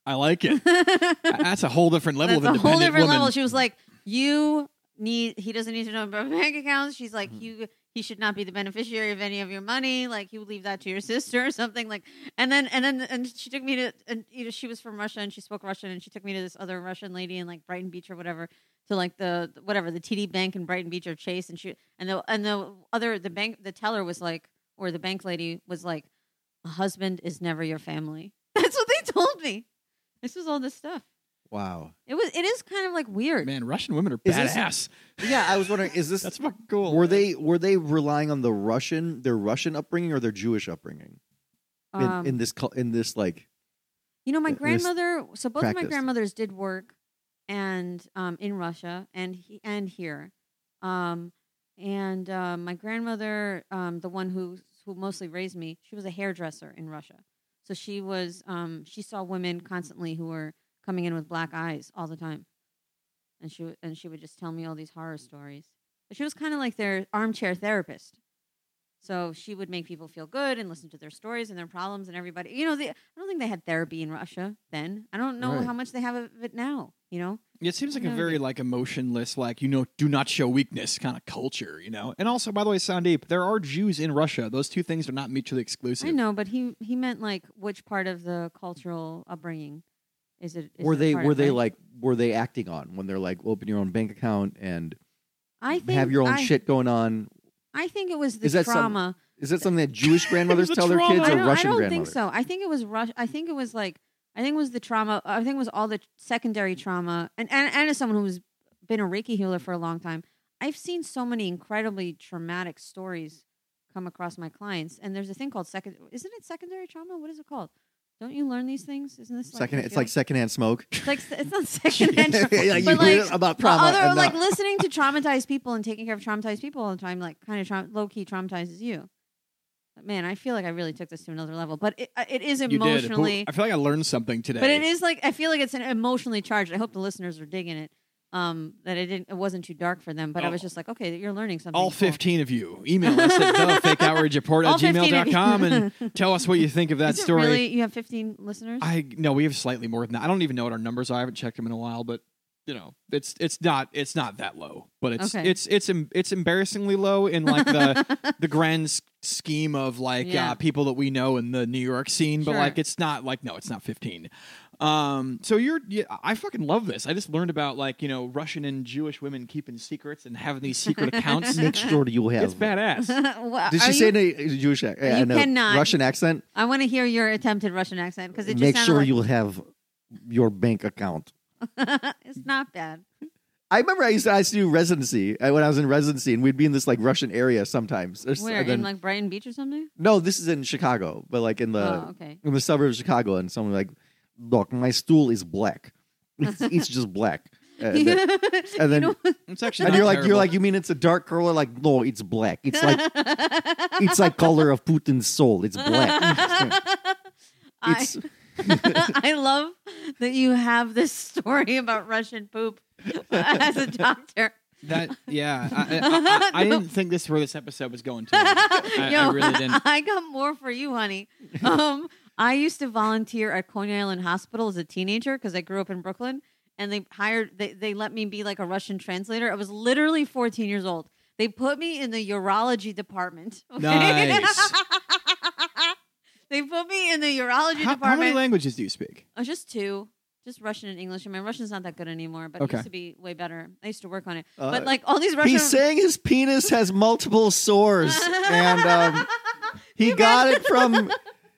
Speaker 2: i like it
Speaker 3: That's
Speaker 2: that's a whole different level
Speaker 3: a
Speaker 2: of
Speaker 3: whole
Speaker 2: independent
Speaker 3: different
Speaker 2: woman.
Speaker 3: level. She was like, "You need. He doesn't need to know about bank accounts." She's like,
Speaker 2: Mm-hmm.
Speaker 3: "You." He should not be the beneficiary of any of your money. Like you leave that to your sister or something. Like and then and then and she took me to and you know she was from Russia and she spoke Russian and she took me to this other Russian lady in like Brighton Beach or whatever to like the whatever the TD Bank in Brighton Beach or Chase and she and the and the other the bank the teller was like or the bank lady was like a husband is never your family. That's what they told me. This was all this stuff.
Speaker 1: Wow.
Speaker 3: It was. It is kind of like weird.
Speaker 2: Man, Russian women are
Speaker 1: Is this-
Speaker 2: badass.
Speaker 1: Yeah, I was wondering, is this
Speaker 2: That's fucking cool.
Speaker 1: were they were they relying on the Russian their Russian upbringing or their Jewish upbringing in,
Speaker 3: Um,
Speaker 1: in this cul- in this like
Speaker 3: you know, my
Speaker 1: in this
Speaker 3: grandmother. So both of my
Speaker 1: practice.
Speaker 3: grandmothers did work, and um, in Russia and he, and here, um, and uh, my grandmother, um, the one who who mostly raised me, she was a hairdresser in Russia. So she was. Um, she saw women constantly who were coming in with black eyes all the time, and she w- and she would just tell me all these horror stories. But she was kind of like their armchair therapist. So she would make people feel good and listen to their stories and their problems and everybody. You know, they, I don't think they had therapy in Russia then. I don't know
Speaker 1: Right.
Speaker 3: how much they have of it now. You know,
Speaker 2: It seems like a
Speaker 3: No,
Speaker 2: very like emotionless, like you know, do not show weakness kind of culture, you know. And also, by the way, Sandeep, there are Jews in Russia. Those two things are not mutually exclusive.
Speaker 3: I know, but he he meant like which part of the cultural upbringing is it? Is
Speaker 1: were
Speaker 3: it a
Speaker 1: they
Speaker 3: part
Speaker 1: were
Speaker 3: of,
Speaker 1: they
Speaker 3: right?
Speaker 1: like were they acting on when they're like open your own bank account and
Speaker 3: I think
Speaker 1: have your own
Speaker 3: I,
Speaker 1: shit going on?
Speaker 3: I think it was the
Speaker 1: Is that some-
Speaker 3: trauma.
Speaker 1: Is that something that Jewish grandmothers
Speaker 2: It was a
Speaker 1: tell their
Speaker 2: trauma.
Speaker 1: kids
Speaker 3: I
Speaker 1: or
Speaker 3: don't, I
Speaker 1: Russian
Speaker 3: don't
Speaker 1: grandmothers?
Speaker 3: think so. I think it was Rush. I think it was like I think it was the trauma. I think it was all the secondary trauma. And, and, and as someone who's been a Reiki healer for a long time, I've seen so many incredibly traumatic stories come across my clients. And there's a thing called second. Isn't it secondary trauma? What is it called? Don't you learn these things? Isn't this like
Speaker 1: Second,
Speaker 3: I
Speaker 1: it's
Speaker 3: feel
Speaker 1: like secondhand smoke.
Speaker 3: it's like it's not secondhand trauma,
Speaker 1: Yeah, you
Speaker 3: but
Speaker 1: hear
Speaker 3: like
Speaker 1: about
Speaker 3: but
Speaker 1: trauma
Speaker 3: other
Speaker 1: and
Speaker 3: like
Speaker 1: the-
Speaker 3: listening to traumatized people and taking care of traumatized people all the time, like kind of tra- low key traumatizes you. But man, I feel like I really took this to another level, but it, uh, it is
Speaker 2: You did. Who-
Speaker 3: emotionally,
Speaker 2: I feel like I learned something today.
Speaker 3: but it is like I feel like it's an emotionally charged. I hope the listeners are digging it. Um, that it didn't, it wasn't too dark for them, but I was
Speaker 2: Oh.
Speaker 3: just like, okay, you're learning something.
Speaker 2: All
Speaker 3: cool.
Speaker 2: 15 of you, email us at thefakeoutragereport
Speaker 3: All
Speaker 2: at
Speaker 3: 15 of you.
Speaker 2: gmail.com and tell us what you think of that
Speaker 3: Is it
Speaker 2: story.
Speaker 3: Really, you have 15 listeners.
Speaker 2: I no, we have slightly more than that. I don't even know what our numbers are. I haven't checked them in a while, but you know, it's it's not it's not that low, but it's
Speaker 3: Okay.
Speaker 2: it's it's em- it's embarrassingly low in like the the grand s- scheme of like
Speaker 3: Yeah.
Speaker 2: uh, people that we know in the New York scene. But
Speaker 3: Sure.
Speaker 2: like, it's not like no, it's not fifteen. Um, so you're yeah, I fucking love this. I just learned about like you know Russian and Jewish women keeping secrets and having these secret accounts.
Speaker 1: Mixture you have.
Speaker 2: It's badass.
Speaker 3: Wow,
Speaker 1: Did
Speaker 3: are
Speaker 1: she say
Speaker 3: you-
Speaker 1: in a a Jewish ac-
Speaker 3: you
Speaker 1: and a
Speaker 3: cannot.
Speaker 1: Russian accent?
Speaker 3: I want to hear your attempted Russian accent because it just
Speaker 1: Make
Speaker 3: sounded
Speaker 1: sure
Speaker 3: like,
Speaker 1: you have your bank account.
Speaker 3: it's not bad.
Speaker 1: I remember I used to, I used to do residency uh, when I was in residency, and we'd be in this like Russian area sometimes. Or s-
Speaker 3: Where
Speaker 1: and then-
Speaker 3: in like Brighton Beach or something?
Speaker 1: no, this is in Chicago, but like in the
Speaker 3: oh, okay.
Speaker 1: in the suburbs of Chicago, and someone like, look, my stool is black. It's, it's just black. And then- and then-
Speaker 3: You know-
Speaker 2: It's actually
Speaker 1: and
Speaker 2: not
Speaker 1: you're like you're
Speaker 2: terrible.
Speaker 1: like you mean it's a dark color? Like no, it's black. It's like it's like color of Putin's soul. It's black.
Speaker 3: I,
Speaker 1: it's
Speaker 3: I love that you have this story about Russian poop as a doctor.
Speaker 2: that. Yeah, I, I, I- I didn't think this is where this episode was going to. I, I
Speaker 3: Yo,
Speaker 2: really didn't.
Speaker 3: I got more for you, honey. Um, I used to volunteer at Coney Island Hospital as a teenager because I grew up in Brooklyn, and they hired they they let me be like a Russian translator. I was literally 14 years old. They put me in the urology department. okay?
Speaker 2: Nice.
Speaker 3: they put me in the
Speaker 2: How, how
Speaker 3: urology
Speaker 2: many
Speaker 3: department.
Speaker 2: languages do you speak?
Speaker 3: Oh, just two. Just Russian and English. I mean, Russian's not that good anymore, but it
Speaker 2: Okay.
Speaker 3: used to be way better. I used to work on it.
Speaker 1: Uh,
Speaker 3: but like all these Russian.
Speaker 1: he's saying his penis has multiple sores, and um, he got it from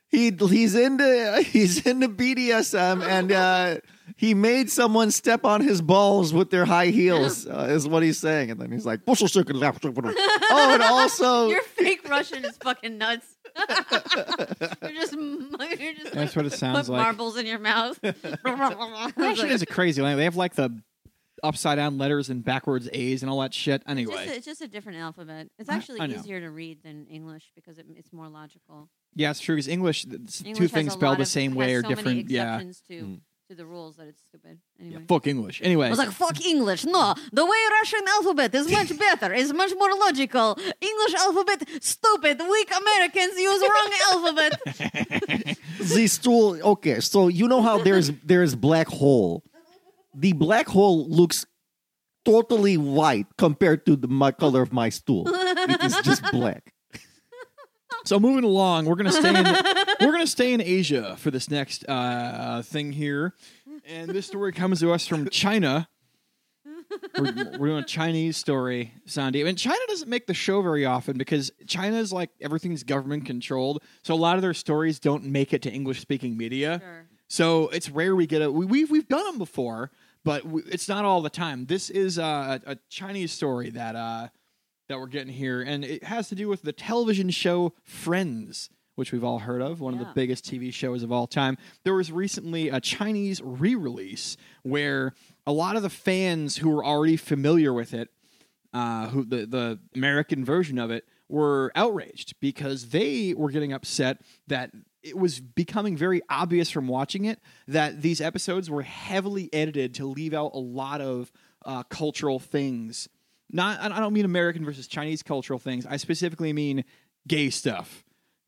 Speaker 1: he he's into he's into BDSM, and uh, he made someone step on his balls with their high heels, uh, is what he's saying. And then he's like, oh, and also
Speaker 3: Your fake Russian is fucking nuts. you're just, you're just
Speaker 2: That's what it sounds
Speaker 3: put
Speaker 2: like.
Speaker 3: marbles in your mouth.
Speaker 2: Russian is a crazy language. They have like the upside down letters and backwards A's and all that shit. Anyway,
Speaker 3: Just a, it's just a different alphabet. It's
Speaker 2: I-
Speaker 3: actually
Speaker 2: I know.
Speaker 3: easier to read than English because it, it's more logical.
Speaker 2: yeah, it's true. Because English, th- it's
Speaker 3: English
Speaker 2: two
Speaker 3: has
Speaker 2: things
Speaker 3: a
Speaker 2: spelled
Speaker 3: lot
Speaker 2: the
Speaker 3: of-
Speaker 2: same
Speaker 3: has
Speaker 2: way or
Speaker 3: so
Speaker 2: different.
Speaker 3: Many
Speaker 2: yeah.
Speaker 3: exceptions to
Speaker 1: Mm.
Speaker 3: to the rules that it's stupid.
Speaker 2: yeah,
Speaker 3: Anyway.
Speaker 2: fuck English. Anyway,
Speaker 3: I was like, fuck English. No, the way Russian alphabet is much better. It's much more logical. English alphabet, stupid. Weak Americans use wrong alphabet.
Speaker 1: the stool. Okay, so you know how there's there's black hole. The black hole looks totally white compared to the my color of my stool. It is just black.
Speaker 2: so moving along, we're gonna stay. In, we're gonna stay in Asia for this next uh, thing here, and this story comes to us from China. we're, we're doing a Chinese story, Sandy. And China doesn't make the show very often because China's like everything's government controlled. So a lot of their stories don't make it to English speaking media.
Speaker 3: Sure.
Speaker 2: So it's rare we get a we, we've we've done them before, but we, it's not all the time. This is uh, a, a Chinese story that uh, that we're getting here, and it has to do with the television show Friends, which we've all heard of, one of the
Speaker 3: Yeah.
Speaker 2: biggest TV shows of all time. There was recently a Chinese re-release where a lot of the fans who were already familiar with it uh, who the, the American version of it were outraged because they were getting upset that it was becoming very obvious from watching it that these episodes were heavily edited to leave out a lot of uh, cultural things. Not I I don't mean American versus Chinese cultural things. I specifically mean gay stuff.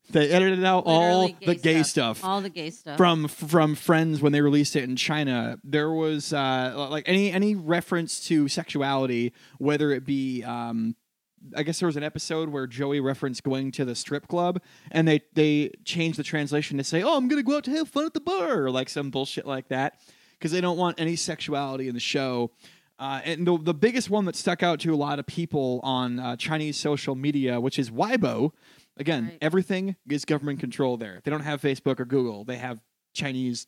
Speaker 2: They edited out all
Speaker 3: Literally
Speaker 2: the gay stuff
Speaker 3: All the gay stuff.
Speaker 2: from from friends when they released it in China. There was uh, like any any reference to sexuality, whether it be. Um, I guess there was an episode where Joey referenced going to the strip club, and they they changed the translation to say, "Oh, I'm gonna go out to have fun at the bar," or like some bullshit like that, because they don't want any sexuality in the show. Uh, and the, the biggest one that stuck out to a lot of people on uh, Chinese social media, which is Weibo. Again,
Speaker 3: Right.
Speaker 2: everything is government control there. They don't have Facebook or Google. They have Chinese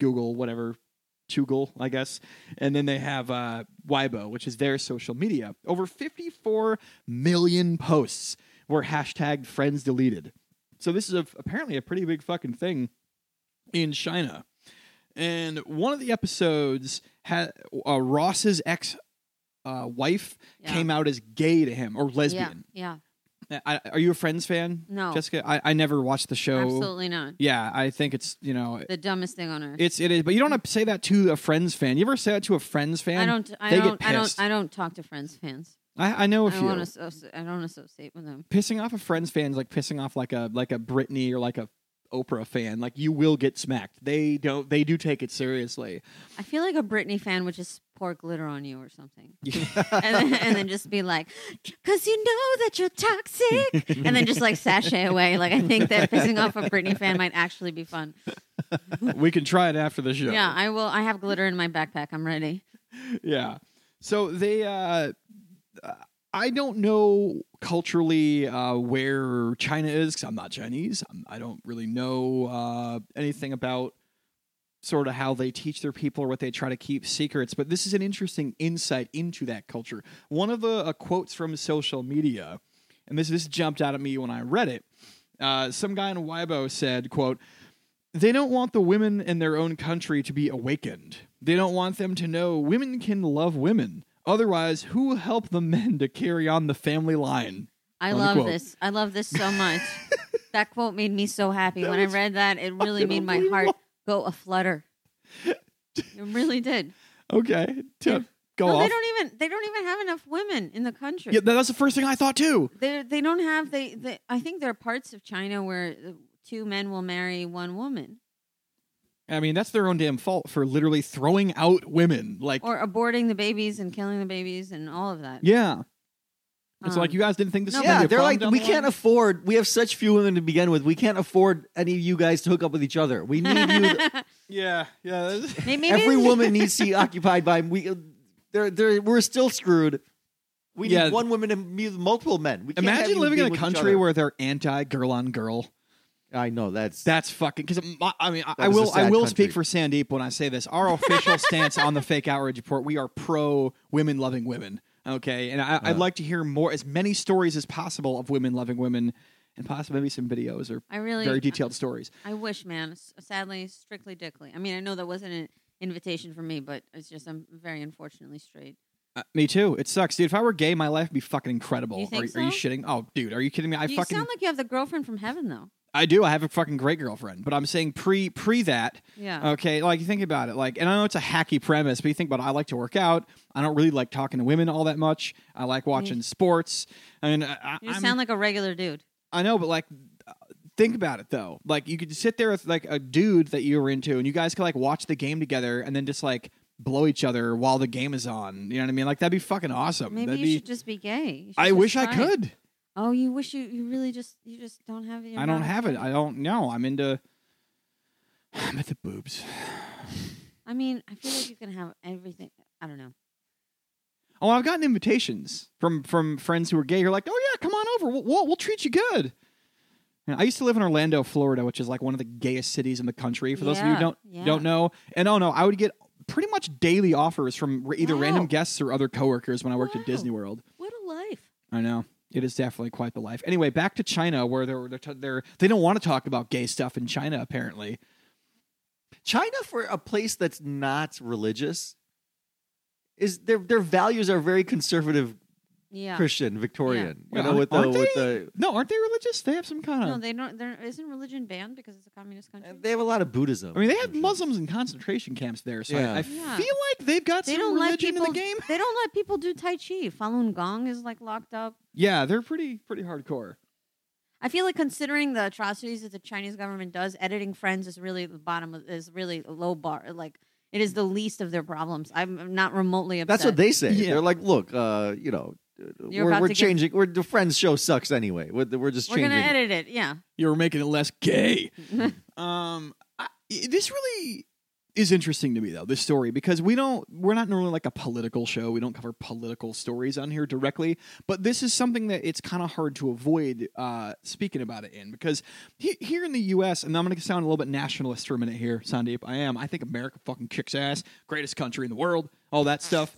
Speaker 2: Google, whatever, Toogle, I guess. And then they have uh, Weibo, which is their social media. Over 54 million posts were hashtagged friends deleted. So this is a, apparently a pretty big fucking thing in China. And one of the episodes had uh, Ross's ex uh, wife
Speaker 3: Yeah.
Speaker 2: came out as gay to him or lesbian. Uh,
Speaker 3: Yeah,
Speaker 2: I, are you a Friends fan?
Speaker 3: No.
Speaker 2: Jessica. I, I never watched the show.
Speaker 3: yeah absolutely not.
Speaker 2: Yeah, I think it's you know
Speaker 3: The dumbest thing on earth.
Speaker 2: it's it is, but you don't have to say that to a Friends fan. You ever say that to a Friends fan?
Speaker 3: I don't. I
Speaker 2: they get
Speaker 3: don't. I don't.
Speaker 2: pissed.
Speaker 3: I don't talk to friends fans.
Speaker 2: I, I know a
Speaker 3: I
Speaker 2: few.
Speaker 3: don't, associ- I don't associate with them.
Speaker 2: pissing off a Friends fan is like pissing off like a like a Britney or like a Oprah fan. Like you will get smacked. They don't. They do take it seriously.
Speaker 3: I feel like a Britney fan would just pour glitter on you or something, and, then, and then just be like, "Cause you know that you're toxic," and then just like sashay away. Like I think that pissing off a Britney fan might actually be fun.
Speaker 2: we can try it after the show.
Speaker 3: Yeah, I will. I have glitter in my backpack. I'm ready.
Speaker 2: yeah. So they, uh, I don't know culturally uh, where China is because I'm not Chinese. I'm, I don't really know uh, anything about sort of how they teach their people or what they try to keep secrets. But this is an interesting insight into that culture. One of the uh, quotes from social media, and this this jumped out at me when I read it. Uh, some guy in Weibo said, "quote they don't want the women in their own country to be awakened. They don't want them to know women can love women. Otherwise, who will help the men to carry on the family line?
Speaker 3: I
Speaker 2: Another
Speaker 3: love
Speaker 2: quote.
Speaker 3: this. I love this so much. that quote made me so happy
Speaker 2: That
Speaker 3: when I
Speaker 2: was
Speaker 3: read that. It really
Speaker 2: fucking
Speaker 3: made my heart go aflutter. It really did.
Speaker 2: Okay, to go
Speaker 3: no, they
Speaker 2: off.
Speaker 3: don't even. They don't even have enough women in the country.
Speaker 2: Yeah, that- that's the first thing I thought too.
Speaker 3: They they don't have they, they I think there are parts of China where uh, two men will marry one woman
Speaker 2: I mean, that's their own damn fault for literally throwing out women. Like,
Speaker 3: or aborting the babies and killing the babies and all of that.
Speaker 2: yeah, it's
Speaker 3: Um,
Speaker 2: like you guys didn't think this.
Speaker 3: no,
Speaker 2: was
Speaker 3: but-
Speaker 2: gonna
Speaker 1: Yeah,
Speaker 2: be a
Speaker 1: they're
Speaker 2: problem
Speaker 1: like,
Speaker 2: down
Speaker 1: we
Speaker 2: the
Speaker 1: can't
Speaker 2: line?"
Speaker 1: afford. We have such few women to begin with. We can't afford any of you guys to hook up with each other. We need you. to-
Speaker 2: yeah, yeah. that's-
Speaker 3: May- maybe
Speaker 1: every
Speaker 3: it's-
Speaker 1: woman needs to be occupied by. We, they're, they're, we're still screwed. We
Speaker 2: Yeah.
Speaker 1: need one woman to meet multiple men. We can't have
Speaker 2: Imagine
Speaker 1: you
Speaker 2: living in
Speaker 1: be
Speaker 2: a
Speaker 1: with each
Speaker 2: country
Speaker 1: other.
Speaker 2: where they're anti girl on girl.
Speaker 1: I know that's
Speaker 2: That's fucking because I mean
Speaker 1: That
Speaker 2: I, I
Speaker 1: is a
Speaker 2: will I
Speaker 1: sad
Speaker 2: will
Speaker 1: country.
Speaker 2: speak for Sandeep when I say this. Our official stance on the fake outrage report: we are pro women loving women. Okay, and I, I'd like to hear more, as many stories as possible of women loving women, and possibly maybe some videos or
Speaker 3: I really
Speaker 2: very detailed stories.
Speaker 3: I wish, man. S- Sadly, strictly dickly. I mean, I know that wasn't an invitation for me, but it's just I'm very unfortunately straight.
Speaker 2: Uh, me too. It sucks, dude. If I were gay, my life would be fucking incredible.
Speaker 3: You think
Speaker 2: are, are you
Speaker 3: so?
Speaker 2: shitting? Oh, dude, are you kidding me? I
Speaker 3: you
Speaker 2: fucking
Speaker 3: sound like you have the girlfriend from heaven, though.
Speaker 2: I do. I have a fucking great girlfriend, but I'm saying pre pre that.
Speaker 3: Yeah.
Speaker 2: Okay, like you think about it, like, and I know it's a hacky premise, but you think about it, I like to work out. I don't really like talking to women all that much. I like watching sports. I mean, I,
Speaker 3: Mm. you
Speaker 2: I'm-
Speaker 3: sound like a regular dude.
Speaker 2: I know, but like, uh, think about it though. Like, you could sit there with like a dude that you were into, and you guys could like watch the game together, and then just like blow each other while the game is on. You know what I mean? Like that'd be fucking awesome.
Speaker 3: Maybe
Speaker 2: Oh, that'd
Speaker 3: you
Speaker 2: be.
Speaker 3: should just be gay. You should
Speaker 2: I
Speaker 3: just
Speaker 2: wish I
Speaker 3: try it.
Speaker 2: could.
Speaker 3: Oh, you wish you you really just you just don't have it.
Speaker 2: I don't have it. I don't know. I'm into. I'm into boobs.
Speaker 3: I mean, I feel like you can have everything. I don't know.
Speaker 2: Oh, I've gotten invitations from from friends who are gay. Who are like, "Oh yeah, come on over. We'll we'll, we'll treat you good." And I used to live in Orlando, Florida, which is like one of the gayest cities in the country. For those of you
Speaker 3: Yeah,
Speaker 2: who don't
Speaker 3: yeah.
Speaker 2: don't know, and oh no, I would get pretty much daily offers from r- either
Speaker 3: Wow.
Speaker 2: random guests or other coworkers when I worked at Disney
Speaker 3: Wow.
Speaker 2: World.
Speaker 3: What a life.
Speaker 2: I know it is definitely quite the life. Anyway, back to China, where they're they're, t- they're they don't want to talk about gay stuff in China. Apparently,
Speaker 1: China for a place that's not religious. Is their their values are very conservative,
Speaker 3: Yeah.
Speaker 1: Christian, Victorian.
Speaker 2: Yeah.
Speaker 1: You know, with the
Speaker 2: Aren't
Speaker 1: with
Speaker 2: they?
Speaker 1: the
Speaker 2: no, aren't they religious? They have some kind of.
Speaker 3: No, they don't. There isn't religion banned because it's a communist country.
Speaker 1: they have a lot of Buddhism.
Speaker 2: I mean, they have
Speaker 1: Christian.
Speaker 2: Muslims in concentration camps there, so I-
Speaker 1: Yeah.
Speaker 2: I,
Speaker 3: Yeah.
Speaker 2: feel like they've got
Speaker 3: They
Speaker 2: some
Speaker 3: don't let
Speaker 2: religion
Speaker 3: people.
Speaker 2: in the game.
Speaker 3: They don't let people do tai chi. Falun Gong is like locked up.
Speaker 2: Yeah, they're pretty pretty hardcore.
Speaker 3: I feel like considering the atrocities that the Chinese government does, editing Friends is really the bottom of is really a low bar. Like it is the least of their problems. I'm not remotely upset.
Speaker 1: That's what they say.
Speaker 2: Yeah.
Speaker 1: They're like, look, uh, you know,
Speaker 3: You're
Speaker 1: we're,
Speaker 3: about
Speaker 1: we're
Speaker 3: to get-
Speaker 1: changing. We're the Friends show sucks anyway. We're, we're just
Speaker 3: We're
Speaker 1: changing.
Speaker 3: gonna
Speaker 1: it.
Speaker 3: edit it. Yeah.
Speaker 2: You're making it less gay. um, I, this really is interesting to me though this story because we don't we're not normally like a political show we don't cover political stories on here directly but this is something that it's kind of hard to avoid uh, speaking about it in because he, here in the us and i'm going to sound a little bit nationalist for a minute here sandeep i am i think america fucking kicks ass greatest country in the world all that stuff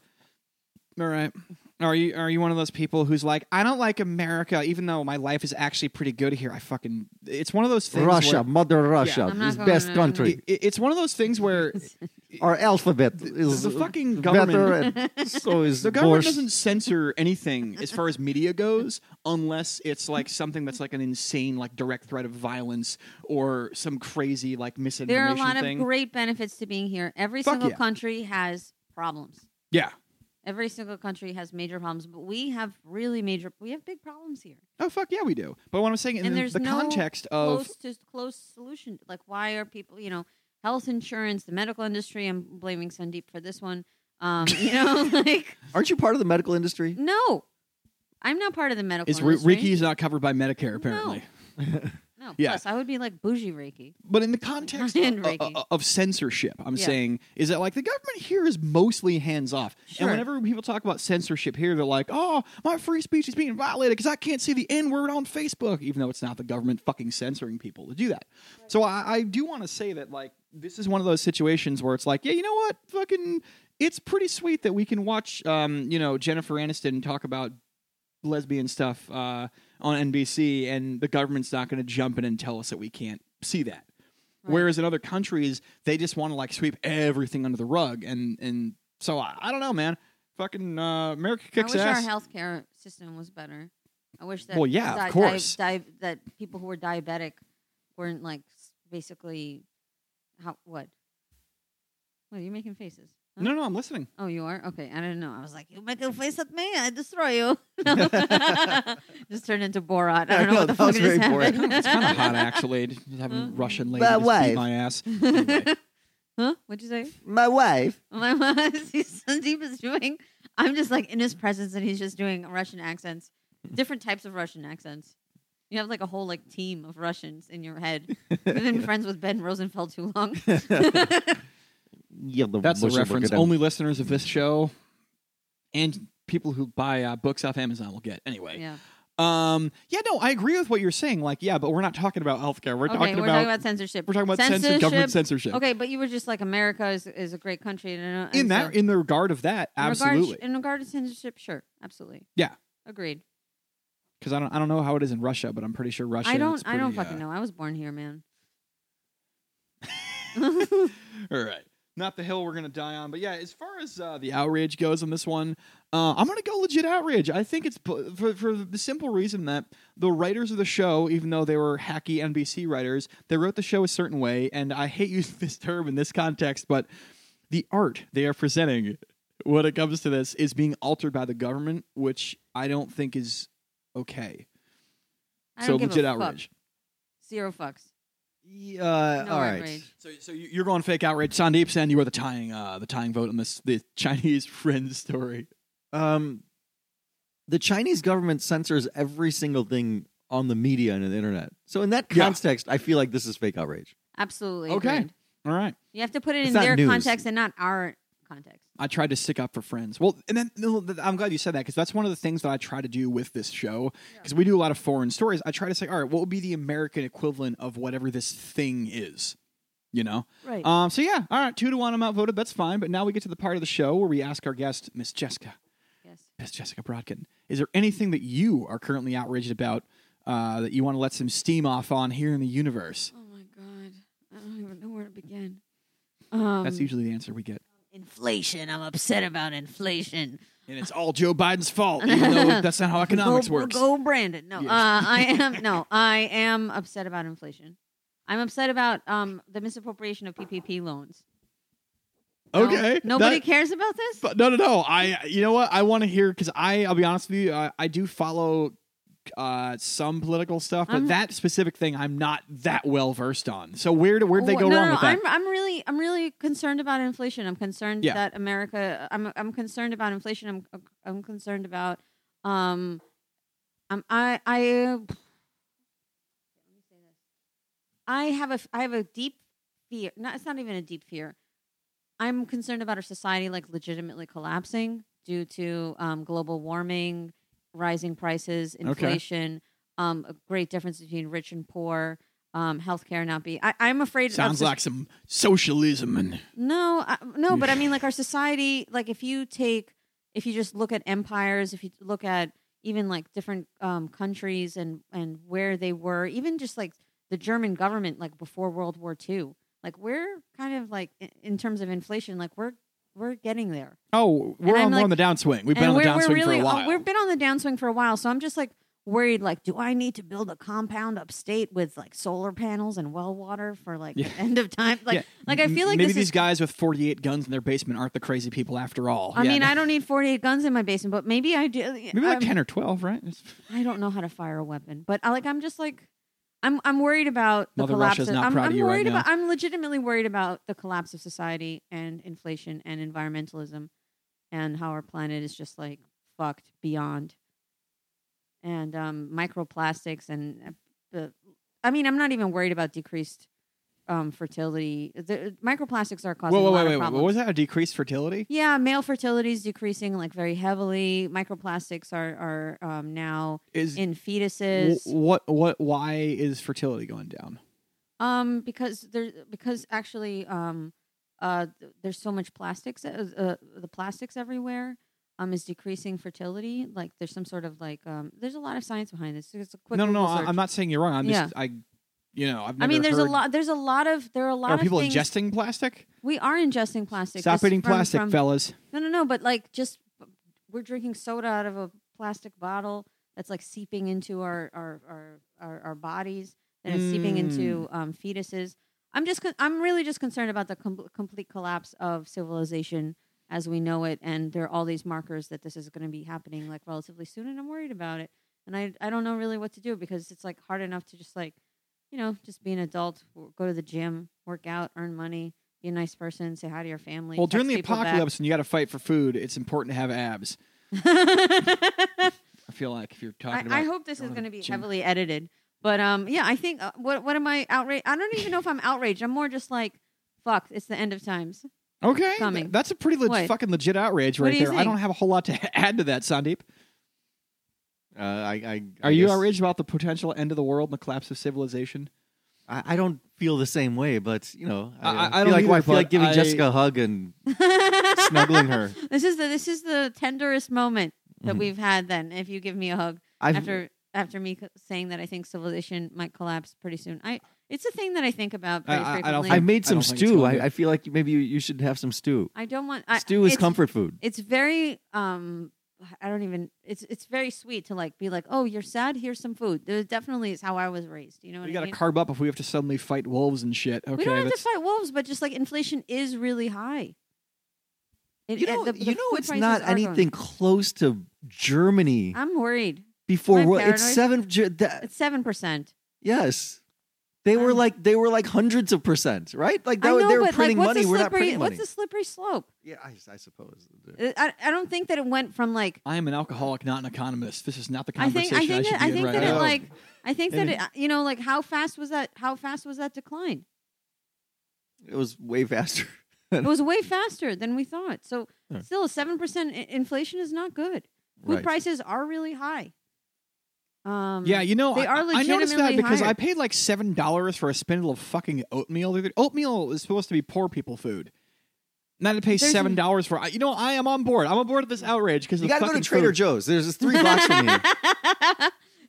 Speaker 2: all right. Are you are you one of those people who's like, I don't like America, even though my life is actually pretty good here. I fucking it's one of those things.
Speaker 1: Russia,
Speaker 2: where-
Speaker 1: mother Russia,
Speaker 3: I'm not
Speaker 1: is
Speaker 3: going
Speaker 1: best
Speaker 3: there.
Speaker 1: country.
Speaker 2: it- it- it's one of those things where
Speaker 1: Our alphabet is
Speaker 2: the fucking
Speaker 1: better,
Speaker 2: government.
Speaker 1: and so is
Speaker 2: The
Speaker 1: Borscht.
Speaker 2: government doesn't censor anything as far as media goes, unless it's like something that's like an insane, like direct threat of violence or some crazy like
Speaker 3: There are
Speaker 2: misinformation
Speaker 3: a lot
Speaker 2: thing.
Speaker 3: of great benefits to being here. Every
Speaker 2: Fuck
Speaker 3: single
Speaker 2: yeah.
Speaker 3: country has problems.
Speaker 2: yeah.
Speaker 3: Every single country has major problems, but we have really major. We have big problems here,
Speaker 2: Oh fuck yeah, we do. But what I'm saying, in
Speaker 3: and,
Speaker 2: the-
Speaker 3: there's
Speaker 2: the
Speaker 3: no
Speaker 2: context of
Speaker 3: close to close solution. Like, why are people? You know, health insurance, the medical industry. I'm blaming Sandeep for this one. Um, you know, like
Speaker 1: Aren't you part of the medical industry?
Speaker 3: no, I'm not part of the medical
Speaker 2: is R-
Speaker 3: industry.
Speaker 2: Ricky's not covered by Medicare apparently.
Speaker 3: No,
Speaker 2: Yeah.
Speaker 3: plus I would be like bougie Reiki.
Speaker 2: But in the context
Speaker 3: Not in
Speaker 2: of,
Speaker 3: Reiki.
Speaker 2: of- of censorship, I'm
Speaker 3: Yeah.
Speaker 2: saying is that like the government here is mostly hands off.
Speaker 3: Sure.
Speaker 2: And whenever people talk about censorship here, they're like, "Oh, my free speech is being violated because I can't see the N word on Facebook," even though it's not the government fucking censoring people to do that. So I, I do want to say that like this is one of those situations where it's like, yeah, you know what, fucking, it's pretty sweet that we can watch, um, you know, Jennifer Aniston talk about lesbian stuff uh, on NBC, and the government's not going to jump in and tell us that we can't see that.
Speaker 3: Right.
Speaker 2: Whereas in other countries, they just want to like sweep everything under the rug, and and so I, I don't know, man. Fucking uh, America kicks
Speaker 3: I wish
Speaker 2: ass.
Speaker 3: our healthcare system was better. I wish that
Speaker 2: Well, yeah, of
Speaker 3: di- di-
Speaker 2: course.
Speaker 3: di- that people who were diabetic weren't like s- basically how what? What are you making faces? Huh?
Speaker 2: no, no, I'm listening.
Speaker 3: Oh, you are okay. I don't know. I was like, you make a face at me, I destroy you. just turned into Borat. I
Speaker 1: I
Speaker 3: don't know,
Speaker 1: know,
Speaker 3: what the
Speaker 1: that
Speaker 3: fuck
Speaker 1: was
Speaker 3: just
Speaker 1: very Borat.
Speaker 3: happened.
Speaker 2: It's kind of hot, actually. Just having
Speaker 3: Huh?
Speaker 2: Russian lady
Speaker 1: My
Speaker 2: just beat
Speaker 1: wife.
Speaker 2: my ass. Anyway.
Speaker 3: Huh? What'd you say?
Speaker 1: My wife.
Speaker 3: My mom, see, Sandeep is doing. I'm just like in his presence, and he's just doing Russian accents, different types of Russian accents. You have like a whole like team of Russians in your head. You've been friends with Ben Rosenfeld too long.
Speaker 1: Yeah, the
Speaker 2: That's the
Speaker 1: Borscht
Speaker 2: reference.
Speaker 1: Burger.
Speaker 2: Only listeners of this show and people who buy uh, books off Amazon will get. Anyway.
Speaker 3: yeah.
Speaker 2: Um. Yeah. No, I agree with what you're saying. Like, yeah, but we're not talking about healthcare. We're
Speaker 3: okay,
Speaker 2: talking
Speaker 3: we're
Speaker 2: about,
Speaker 3: talking about censorship.
Speaker 2: we're talking about censor, government censorship.
Speaker 3: Okay, but you were just like America is, is a great country. And, and
Speaker 2: In that,
Speaker 3: so-
Speaker 2: in the regard of that,
Speaker 3: in regard-
Speaker 2: absolutely.
Speaker 3: in regard to censorship, sure, absolutely.
Speaker 2: Yeah.
Speaker 3: agreed.
Speaker 2: Because I don't, I don't know how it is in Russia, but I'm pretty sure Russia.
Speaker 3: I don't,
Speaker 2: it's
Speaker 3: I don't
Speaker 2: pretty,
Speaker 3: fucking
Speaker 2: uh,
Speaker 3: know. I was born here, man.
Speaker 2: All right, not the hill we're gonna die on, but yeah. As far as uh, the outrage goes on this one, uh, I'm gonna go legit outrage. I think it's p- for for the simple reason that the writers of the show, even though they were hacky NBC writers, they wrote the show a certain way, and I hate using this term in this context, but the art they are presenting when it comes to this is being altered by the government, which I don't think is okay.
Speaker 3: I
Speaker 2: so
Speaker 3: don't give
Speaker 2: legit
Speaker 3: a
Speaker 2: outrage.
Speaker 3: Fuck. Zero fucks.
Speaker 1: Yeah, uh,
Speaker 3: No
Speaker 1: all right.
Speaker 3: outrage.
Speaker 2: So, so you- you're going fake outrage, Sandeep Sen. You are the tying, uh, the tying vote on this the Chinese friend story.
Speaker 1: Um, the Chinese government censors every single thing on the media and on the internet. So in that
Speaker 2: Yeah.
Speaker 1: context, I feel like this is fake outrage.
Speaker 3: Absolutely.
Speaker 2: Okay.
Speaker 3: agreed.
Speaker 2: All right,
Speaker 3: You have to put it
Speaker 1: It's
Speaker 3: in
Speaker 1: not
Speaker 3: their
Speaker 1: news.
Speaker 3: context and not our context.
Speaker 2: I tried to stick up for friends. Well, and then no, th- I'm glad you said that because that's one of the things that I try to do with this show because we do a lot of foreign stories. I try to say, all right, what would be the American equivalent of whatever this thing is, you know?
Speaker 3: Right.
Speaker 2: Um, so yeah, all right, two to one, I'm outvoted. That's fine. But now we get to the part of the show where we ask our guest, Miss Jessica,
Speaker 3: yes.
Speaker 2: Miss Jessica Brodkin, is there anything that you are currently outraged about uh, that you want to let some steam off on here in the universe?
Speaker 3: Oh my god. I don't even know where to begin. Um,
Speaker 2: That's usually the answer we get.
Speaker 3: inflation. I'm upset about inflation.
Speaker 2: And it's all Joe Biden's fault, even though that's not how economics
Speaker 3: go,
Speaker 2: works.
Speaker 3: Go Brandon. No.
Speaker 2: Yes.
Speaker 3: Uh, I am no, I am upset about inflation. I'm upset about um, the misappropriation of PPP loans. No-
Speaker 2: Okay.
Speaker 3: nobody
Speaker 2: that-
Speaker 3: cares about this?
Speaker 2: But no, no, no. I, you know what? I want to hear because I, I'll be honest with you, uh, I, I do follow uh, some political stuff, but
Speaker 3: I'm-
Speaker 2: that specific thing I'm not that well versed on. So where do where'd they
Speaker 3: Wh-
Speaker 2: go
Speaker 3: no,
Speaker 2: wrong
Speaker 3: no,
Speaker 2: with
Speaker 3: no,
Speaker 2: that?
Speaker 3: I'm, I'm really, I'm really concerned about inflation. I'm concerned
Speaker 2: Yeah.
Speaker 3: that America. I'm, I'm concerned about inflation. I'm, I'm concerned about, um, um, I, I, I have a, f- I have a deep fear. Not, it's not even a deep fear. I'm concerned about our society like legitimately collapsing due to um, global warming, rising prices, inflation, um, a great difference between rich and poor, um, healthcare not be. I, I'm afraid. of
Speaker 2: Sounds
Speaker 3: soc-
Speaker 2: like some socialism and
Speaker 3: no, I, no, but I mean, like our society, like if you take, if you just look at empires, if you look at even like different um, countries and and where they were, even just like the German government, like before World War II, like we're kind of like in, in terms of inflation, like we're we're getting there,
Speaker 2: oh, we're
Speaker 3: I'm
Speaker 2: on, we're on the
Speaker 3: like-
Speaker 2: downswing. We've been
Speaker 3: and
Speaker 2: on the
Speaker 3: we're
Speaker 2: downswing
Speaker 3: we're really
Speaker 2: for a while.
Speaker 3: we've been on the downswing for a while. So I'm just like worried, like, do I need to build a compound upstate with like solar panels and well water for like
Speaker 2: Yeah.
Speaker 3: the end of time? Like,
Speaker 2: Yeah.
Speaker 3: like I feel like
Speaker 2: maybe
Speaker 3: this
Speaker 2: these
Speaker 3: is
Speaker 2: guys with 48 guns in their basement aren't the crazy people after all.
Speaker 3: I
Speaker 2: Yeah,
Speaker 3: mean,
Speaker 2: no-
Speaker 3: I don't need 48 guns in my basement, but maybe I do.
Speaker 2: maybe like
Speaker 3: I'm-
Speaker 2: 10 or 12, right? It's-
Speaker 3: I don't know how to fire a weapon, but I, like I'm just like I'm I'm worried about the
Speaker 2: Mother
Speaker 3: collapse.
Speaker 2: Russia's
Speaker 3: of,
Speaker 2: not
Speaker 3: I'm,
Speaker 2: proud of
Speaker 3: I'm
Speaker 2: you right
Speaker 3: worried
Speaker 2: now.
Speaker 3: about. I'm legitimately worried about the collapse of society and inflation and environmentalism, and how our planet is just like fucked beyond. And um, microplastics and uh, the. I mean, I'm not even worried about decreased um, fertility. The microplastics are causing
Speaker 2: Whoa, whoa,
Speaker 3: a lot
Speaker 2: wait,
Speaker 3: of
Speaker 2: wait, wait.
Speaker 3: problems.
Speaker 2: What was that? A decreased fertility?
Speaker 3: Yeah, male fertility is decreasing like very heavily. Microplastics are are um, now
Speaker 2: Is
Speaker 3: in
Speaker 2: wh-
Speaker 3: fetuses.
Speaker 2: what what why is fertility going down?
Speaker 3: Um, because there because actually um, uh, th- there's so much plastics. Uh, uh, the plastics everywhere um is decreasing fertility. Like there's some sort of like um. There's a lot of science behind this. It's a quick
Speaker 2: no, no, no.
Speaker 3: Google
Speaker 2: I,
Speaker 3: search.
Speaker 2: am not saying you're wrong. I'm just I, you know, I've
Speaker 3: I
Speaker 2: never
Speaker 3: mean, there's a
Speaker 2: heard-
Speaker 3: lot. There's a lot of there are a lot
Speaker 2: Are
Speaker 3: of
Speaker 2: people
Speaker 3: things.
Speaker 2: ingesting plastic?
Speaker 3: we are ingesting plastic.
Speaker 2: Stop
Speaker 3: This
Speaker 2: eating
Speaker 3: from-
Speaker 2: plastic,
Speaker 3: from-
Speaker 2: fellas.
Speaker 3: No, no, no. But like, just we're drinking soda out of a plastic bottle that's like seeping into our our our our, our bodies, and it's seeping into
Speaker 2: Mm.
Speaker 3: um, fetuses. I'm just con- I'm really just concerned about the com- complete collapse of civilization as we know it, and there are all these markers that this is going to be happening like relatively soon, and I'm worried about it. And I I don't know really what to do because it's like hard enough to just like you know just be an adult, w- go to the gym, work out, earn money. Be a nice person. Say hi to your family.
Speaker 2: Well, during
Speaker 3: text
Speaker 2: the
Speaker 3: people back.
Speaker 2: apocalypse and you got to fight for food, it's important to have abs.
Speaker 3: I,
Speaker 2: I feel like if you're talking about
Speaker 3: I hope this is
Speaker 2: going
Speaker 3: going to be
Speaker 2: gym.
Speaker 3: heavily edited, but um, yeah, I think uh, what what am I outraged? I don't even know if I'm outraged. I'm more just like, fuck, it's the end of times.
Speaker 2: okay, th-
Speaker 3: coming.
Speaker 2: that's a pretty leg-
Speaker 3: What?
Speaker 2: fucking legit outrage
Speaker 3: What
Speaker 2: right
Speaker 3: do you
Speaker 2: there. I
Speaker 3: think?
Speaker 2: don't have a whole lot to add to that, Sandeep.
Speaker 1: Uh, I, I, I
Speaker 2: Are you
Speaker 1: guess-
Speaker 2: outraged about the potential end of the world and the collapse of civilization?
Speaker 1: I, I don't feel the same way, but you know, I,
Speaker 2: I- I-
Speaker 1: feel
Speaker 2: I don't
Speaker 1: like
Speaker 2: either,
Speaker 1: I feel like
Speaker 2: but
Speaker 1: giving
Speaker 2: I-
Speaker 1: Jessica a hug and snuggling her.
Speaker 3: This is the this is the tenderest moment
Speaker 1: Mhm.
Speaker 3: that
Speaker 2: Mm-hmm.
Speaker 3: we've had. Then, if you give me a hug
Speaker 1: I've,
Speaker 3: after after me c- saying that I think civilization might collapse pretty soon, I it's a thing that I think about
Speaker 2: I-
Speaker 3: pretty
Speaker 2: I- I don't
Speaker 3: frequently.
Speaker 1: I
Speaker 2: think-
Speaker 1: made
Speaker 2: I
Speaker 1: some
Speaker 2: don't think it's
Speaker 1: stew.
Speaker 2: gonna be-
Speaker 1: I, I feel like maybe you, you should have some stew.
Speaker 3: I don't want I,
Speaker 1: stew is
Speaker 3: it's-
Speaker 1: comfort food.
Speaker 3: It's very um I don't even it's it's very sweet to like be like, "Oh, you're sad, here's some food." There definitely is how I was raised, you know what
Speaker 2: We
Speaker 3: I
Speaker 2: got to
Speaker 3: mean?
Speaker 2: carb up if we have to suddenly fight wolves and shit. Okay,
Speaker 3: we don't have to
Speaker 2: that's-
Speaker 3: fight wolves, but just like inflation is really high. It-
Speaker 1: You
Speaker 3: it-
Speaker 1: know,
Speaker 3: the- the
Speaker 1: you know,
Speaker 3: food
Speaker 1: it's
Speaker 3: prices
Speaker 1: not
Speaker 3: are going-
Speaker 1: anything close to Germany
Speaker 3: I'm worried.
Speaker 1: before
Speaker 3: am I
Speaker 1: World. It's seven.
Speaker 3: paranoid?
Speaker 1: Ge- that-
Speaker 3: It's 7%.
Speaker 1: yes, they were
Speaker 3: I'm-
Speaker 1: like they were like hundreds of percent, right? Like that,
Speaker 3: I know,
Speaker 1: they were
Speaker 3: but
Speaker 1: printing
Speaker 3: like, what's
Speaker 1: money.
Speaker 3: the
Speaker 1: We're
Speaker 3: slippery
Speaker 1: not printing money.
Speaker 3: what's the slippery slope?
Speaker 1: yeah, I, I suppose.
Speaker 3: Uh, I, I don't think that it went from like
Speaker 2: I am an alcoholic, not an economist. This is not the
Speaker 3: I
Speaker 2: conversation
Speaker 3: think
Speaker 2: I,
Speaker 3: I think
Speaker 2: should
Speaker 3: that,
Speaker 2: be
Speaker 3: I
Speaker 2: in
Speaker 3: think
Speaker 2: right
Speaker 3: that
Speaker 2: now.
Speaker 3: it like I think that
Speaker 2: Maybe.
Speaker 3: it you know like how fast was that how fast was that decline?
Speaker 1: It was way faster.
Speaker 3: It was way faster than we thought. So
Speaker 1: Yeah.
Speaker 3: still, seven percent inflation is not good. Food
Speaker 1: Right.
Speaker 3: prices are really high. Um,
Speaker 2: yeah, you know,
Speaker 3: they
Speaker 2: I,
Speaker 3: are
Speaker 2: I noticed that
Speaker 3: legitimately
Speaker 2: because I
Speaker 3: higher.
Speaker 2: paid like seven dollars for a spindle of fucking oatmeal. the other- Oatmeal is supposed to be poor people food. And I had to pay
Speaker 3: There's-
Speaker 2: seven dollars for. I- You know, I am on board. I'm on board with this outrage because
Speaker 1: You got to go to Trader Joe's.
Speaker 2: Joe's.
Speaker 1: There's just three blocks from here.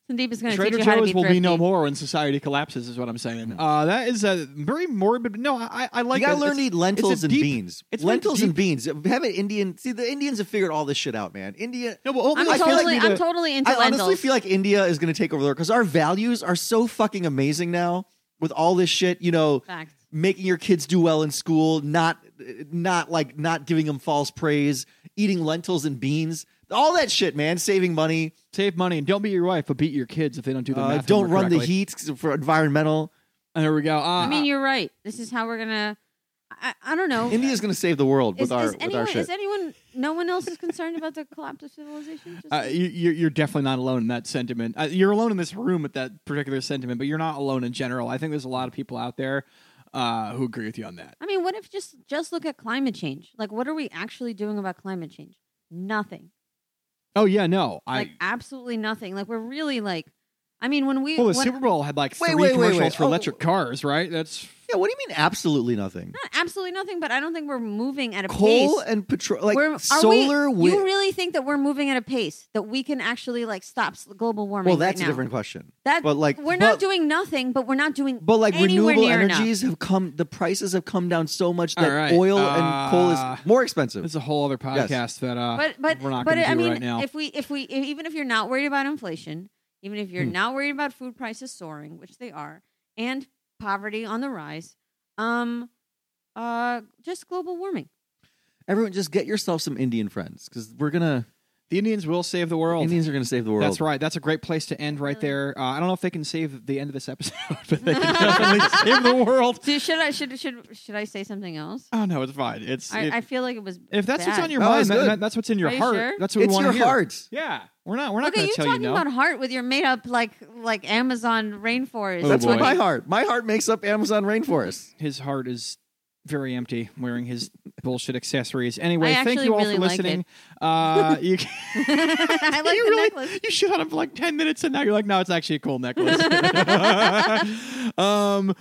Speaker 3: Sandeep is going to teach
Speaker 2: Trader
Speaker 3: you how to
Speaker 2: Joe's
Speaker 3: be
Speaker 2: will be no
Speaker 3: thrifty.
Speaker 2: more when society collapses, is what I'm
Speaker 1: Mm.
Speaker 2: saying. Uh, that is a very morbid. No, I, I like.
Speaker 1: you gotta
Speaker 2: it.
Speaker 1: learn
Speaker 2: It's-
Speaker 1: to eat lentils
Speaker 2: it's a
Speaker 1: and
Speaker 2: deep-
Speaker 1: beans.
Speaker 2: it's very
Speaker 1: lentils and beans. Have an Indian. See, the Indians have figured all this shit out, man. India.
Speaker 2: No, but oatmeal.
Speaker 3: I'm
Speaker 2: I feel like
Speaker 3: totally,
Speaker 2: we
Speaker 3: I'm
Speaker 2: need to-
Speaker 3: totally into
Speaker 1: I honestly
Speaker 3: lentils.
Speaker 1: feel like India is gonna take over the world because our values are so fucking amazing now. With all this shit, you know,
Speaker 3: Fact.
Speaker 1: making your kids do well in school, not, not like not giving them false praise, eating lentils and beans, all that shit, man. Saving money.
Speaker 2: Save money and don't beat your wife, but beat your kids if they don't do the
Speaker 1: Uh,
Speaker 2: math.
Speaker 1: don't
Speaker 2: homework
Speaker 1: run the
Speaker 2: correctly.
Speaker 1: heat for environmental.
Speaker 2: There we go. Uh,
Speaker 3: I mean, you're right. This is how we're gonna. I, I don't know.
Speaker 1: India's gonna save the world with
Speaker 3: Oh, is,
Speaker 1: our
Speaker 3: is
Speaker 1: with
Speaker 3: anyone,
Speaker 1: our shit.
Speaker 3: is anyone? No one else is concerned about the collapse of civilization. Just
Speaker 2: uh, you, you're you're definitely not alone in that sentiment. Uh, you're alone in this room with that particular sentiment, but you're not alone in general. I think there's a lot of people out there uh, who agree with you on that.
Speaker 3: I mean, mean, what if just just look at climate change? Like, what are we actually doing about climate change? Nothing.
Speaker 2: Oh yeah, no. I
Speaker 3: Like, absolutely nothing. Like, we're really like, I mean, when we
Speaker 2: well, Oh, the
Speaker 3: when-
Speaker 2: Super Bowl had like
Speaker 1: Wait,
Speaker 2: three
Speaker 1: wait, wait,
Speaker 2: commercials
Speaker 1: wait.
Speaker 2: for
Speaker 1: Oh.
Speaker 2: electric cars, right? That's
Speaker 1: Yeah, what do you mean absolutely nothing?
Speaker 3: not absolutely nothing, but I don't think we're moving at a
Speaker 1: Coal
Speaker 3: pace.
Speaker 1: and petrol, like
Speaker 3: We're- are
Speaker 1: solar.
Speaker 3: we,
Speaker 1: wi-
Speaker 3: You really think that we're moving at a pace that we can actually like stop s- global warming?
Speaker 1: well, that's
Speaker 3: right
Speaker 1: a
Speaker 3: now?
Speaker 1: different question.
Speaker 3: That
Speaker 1: but, like,
Speaker 3: we're
Speaker 1: but-
Speaker 3: not doing nothing, but we're not doing.
Speaker 1: But like
Speaker 3: anywhere
Speaker 1: renewable
Speaker 3: near enough.
Speaker 1: energies have come, the prices have come down so much that
Speaker 2: All right,
Speaker 1: oil
Speaker 2: uh,
Speaker 1: and coal is more expensive.
Speaker 2: that's a whole other podcast that uh,
Speaker 3: but but
Speaker 2: we're not
Speaker 3: but
Speaker 2: going to
Speaker 3: I
Speaker 2: do
Speaker 3: mean,
Speaker 2: right now.
Speaker 3: if we if we if, even if you're not worried about inflation, even if
Speaker 1: Hmm.
Speaker 3: you're not worried about food prices soaring, which they are, and poverty on the rise, um, uh, just global warming.
Speaker 1: Everyone, just get yourself some Indian friends because we're gonna
Speaker 2: the Indians will save the world.
Speaker 1: Indians are gonna save the world.
Speaker 2: That's right. That's a great place to end right there. Uh, I don't know if they can save the end of this episode, but they can definitely save the world.
Speaker 3: So should I should should should I say something else?
Speaker 2: Oh no, it's fine. It's it-
Speaker 3: I, I feel like it was.
Speaker 2: if that's what's
Speaker 3: bad.
Speaker 2: on your
Speaker 1: No,
Speaker 2: mind,
Speaker 1: Oh, it's
Speaker 2: that-
Speaker 1: good.
Speaker 2: that- that's what's in your
Speaker 3: Are you
Speaker 2: heart.
Speaker 3: sure?
Speaker 2: That's what we
Speaker 1: It's
Speaker 2: want
Speaker 1: your
Speaker 2: to hear.
Speaker 1: heart.
Speaker 2: Yeah, we're not. We're not
Speaker 3: Look
Speaker 2: going
Speaker 3: at
Speaker 2: to
Speaker 3: you
Speaker 2: tell
Speaker 3: talking
Speaker 2: you no.
Speaker 3: about heart with your made up like like Amazon rainforest.
Speaker 2: Oh,
Speaker 1: That's what
Speaker 2: boy.
Speaker 1: my heart. My heart makes up Amazon rainforest.
Speaker 2: his heart is very empty wearing his bullshit accessories. Anyway,
Speaker 3: I
Speaker 2: thank
Speaker 3: actually
Speaker 2: you all
Speaker 3: really
Speaker 2: for
Speaker 3: like it.
Speaker 2: listening. uh, you,
Speaker 3: I like
Speaker 2: you
Speaker 3: the
Speaker 2: really-
Speaker 3: necklace.
Speaker 2: You shit on him for like 10 minutes and now you're like, no, it's actually a cool necklace. um,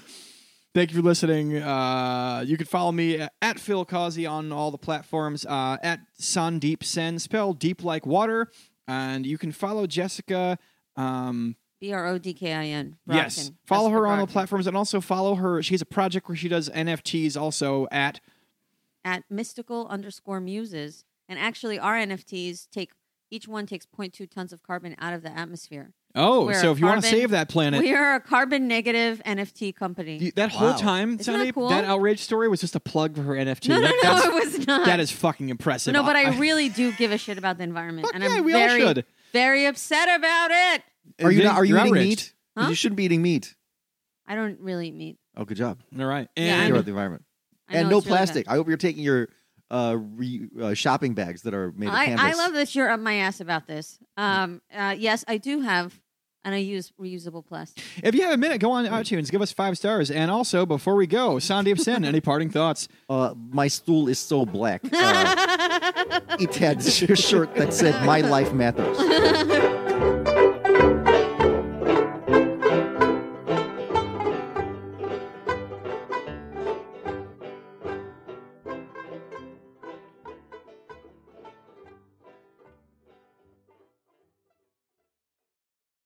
Speaker 2: thank you for listening. Uh, you can follow me at Phil Causey on all the platforms, uh, at Sandeep Sen, spelled deep like water. And you can follow Jessica. Um,
Speaker 3: B R O D K I N.
Speaker 2: yes, follow her on the platforms and also follow her. She has a project where she does NFTs also at
Speaker 3: at mystical underscore muses. And actually, our NFTs take each one takes 0.2 tons of carbon out of the atmosphere.
Speaker 2: Oh,
Speaker 3: We're
Speaker 2: so
Speaker 3: a
Speaker 2: if you want to
Speaker 3: carbon-
Speaker 2: save that planet,
Speaker 3: We are a carbon negative NFT company.
Speaker 2: you- that whole
Speaker 1: Wow.
Speaker 2: time,
Speaker 3: Isn't that
Speaker 2: Sonny,
Speaker 3: cool?
Speaker 2: that outrage story was just a plug for her NFT.
Speaker 3: no, no,
Speaker 2: That-
Speaker 3: no,
Speaker 2: that's-
Speaker 3: it was not.
Speaker 2: that is fucking impressive.
Speaker 3: Uh, no, but I really do give a shit about the environment,
Speaker 2: Fuck
Speaker 3: and
Speaker 2: yeah,
Speaker 3: I'm
Speaker 2: we all
Speaker 3: very,
Speaker 2: should.
Speaker 3: very upset about it.
Speaker 1: Are you
Speaker 2: You're
Speaker 1: not? Are you eating
Speaker 2: outraged.
Speaker 1: meat? 'Cause
Speaker 3: Huh?
Speaker 1: You shouldn't be eating meat.
Speaker 3: I don't really eat meat.
Speaker 1: Oh, good job.
Speaker 2: All right,
Speaker 3: Yeah,
Speaker 1: Care
Speaker 2: and
Speaker 1: about the environment
Speaker 3: I
Speaker 1: and
Speaker 3: know
Speaker 1: no
Speaker 3: it's really bad.
Speaker 1: plastic. I hope you're taking your uh, re, uh, shopping bags that are made of
Speaker 3: I,
Speaker 1: canvas. Mm.
Speaker 3: I love that you're up my ass about this. Um, uh, yes, I do have, and I use reusable plastic.
Speaker 2: if you have a minute, go on iTunes, give us five stars, and also before we go, Sandeep Sen, any parting thoughts?
Speaker 1: Uh, my stool is so black. Uh, it had a shirt that said "My life matters."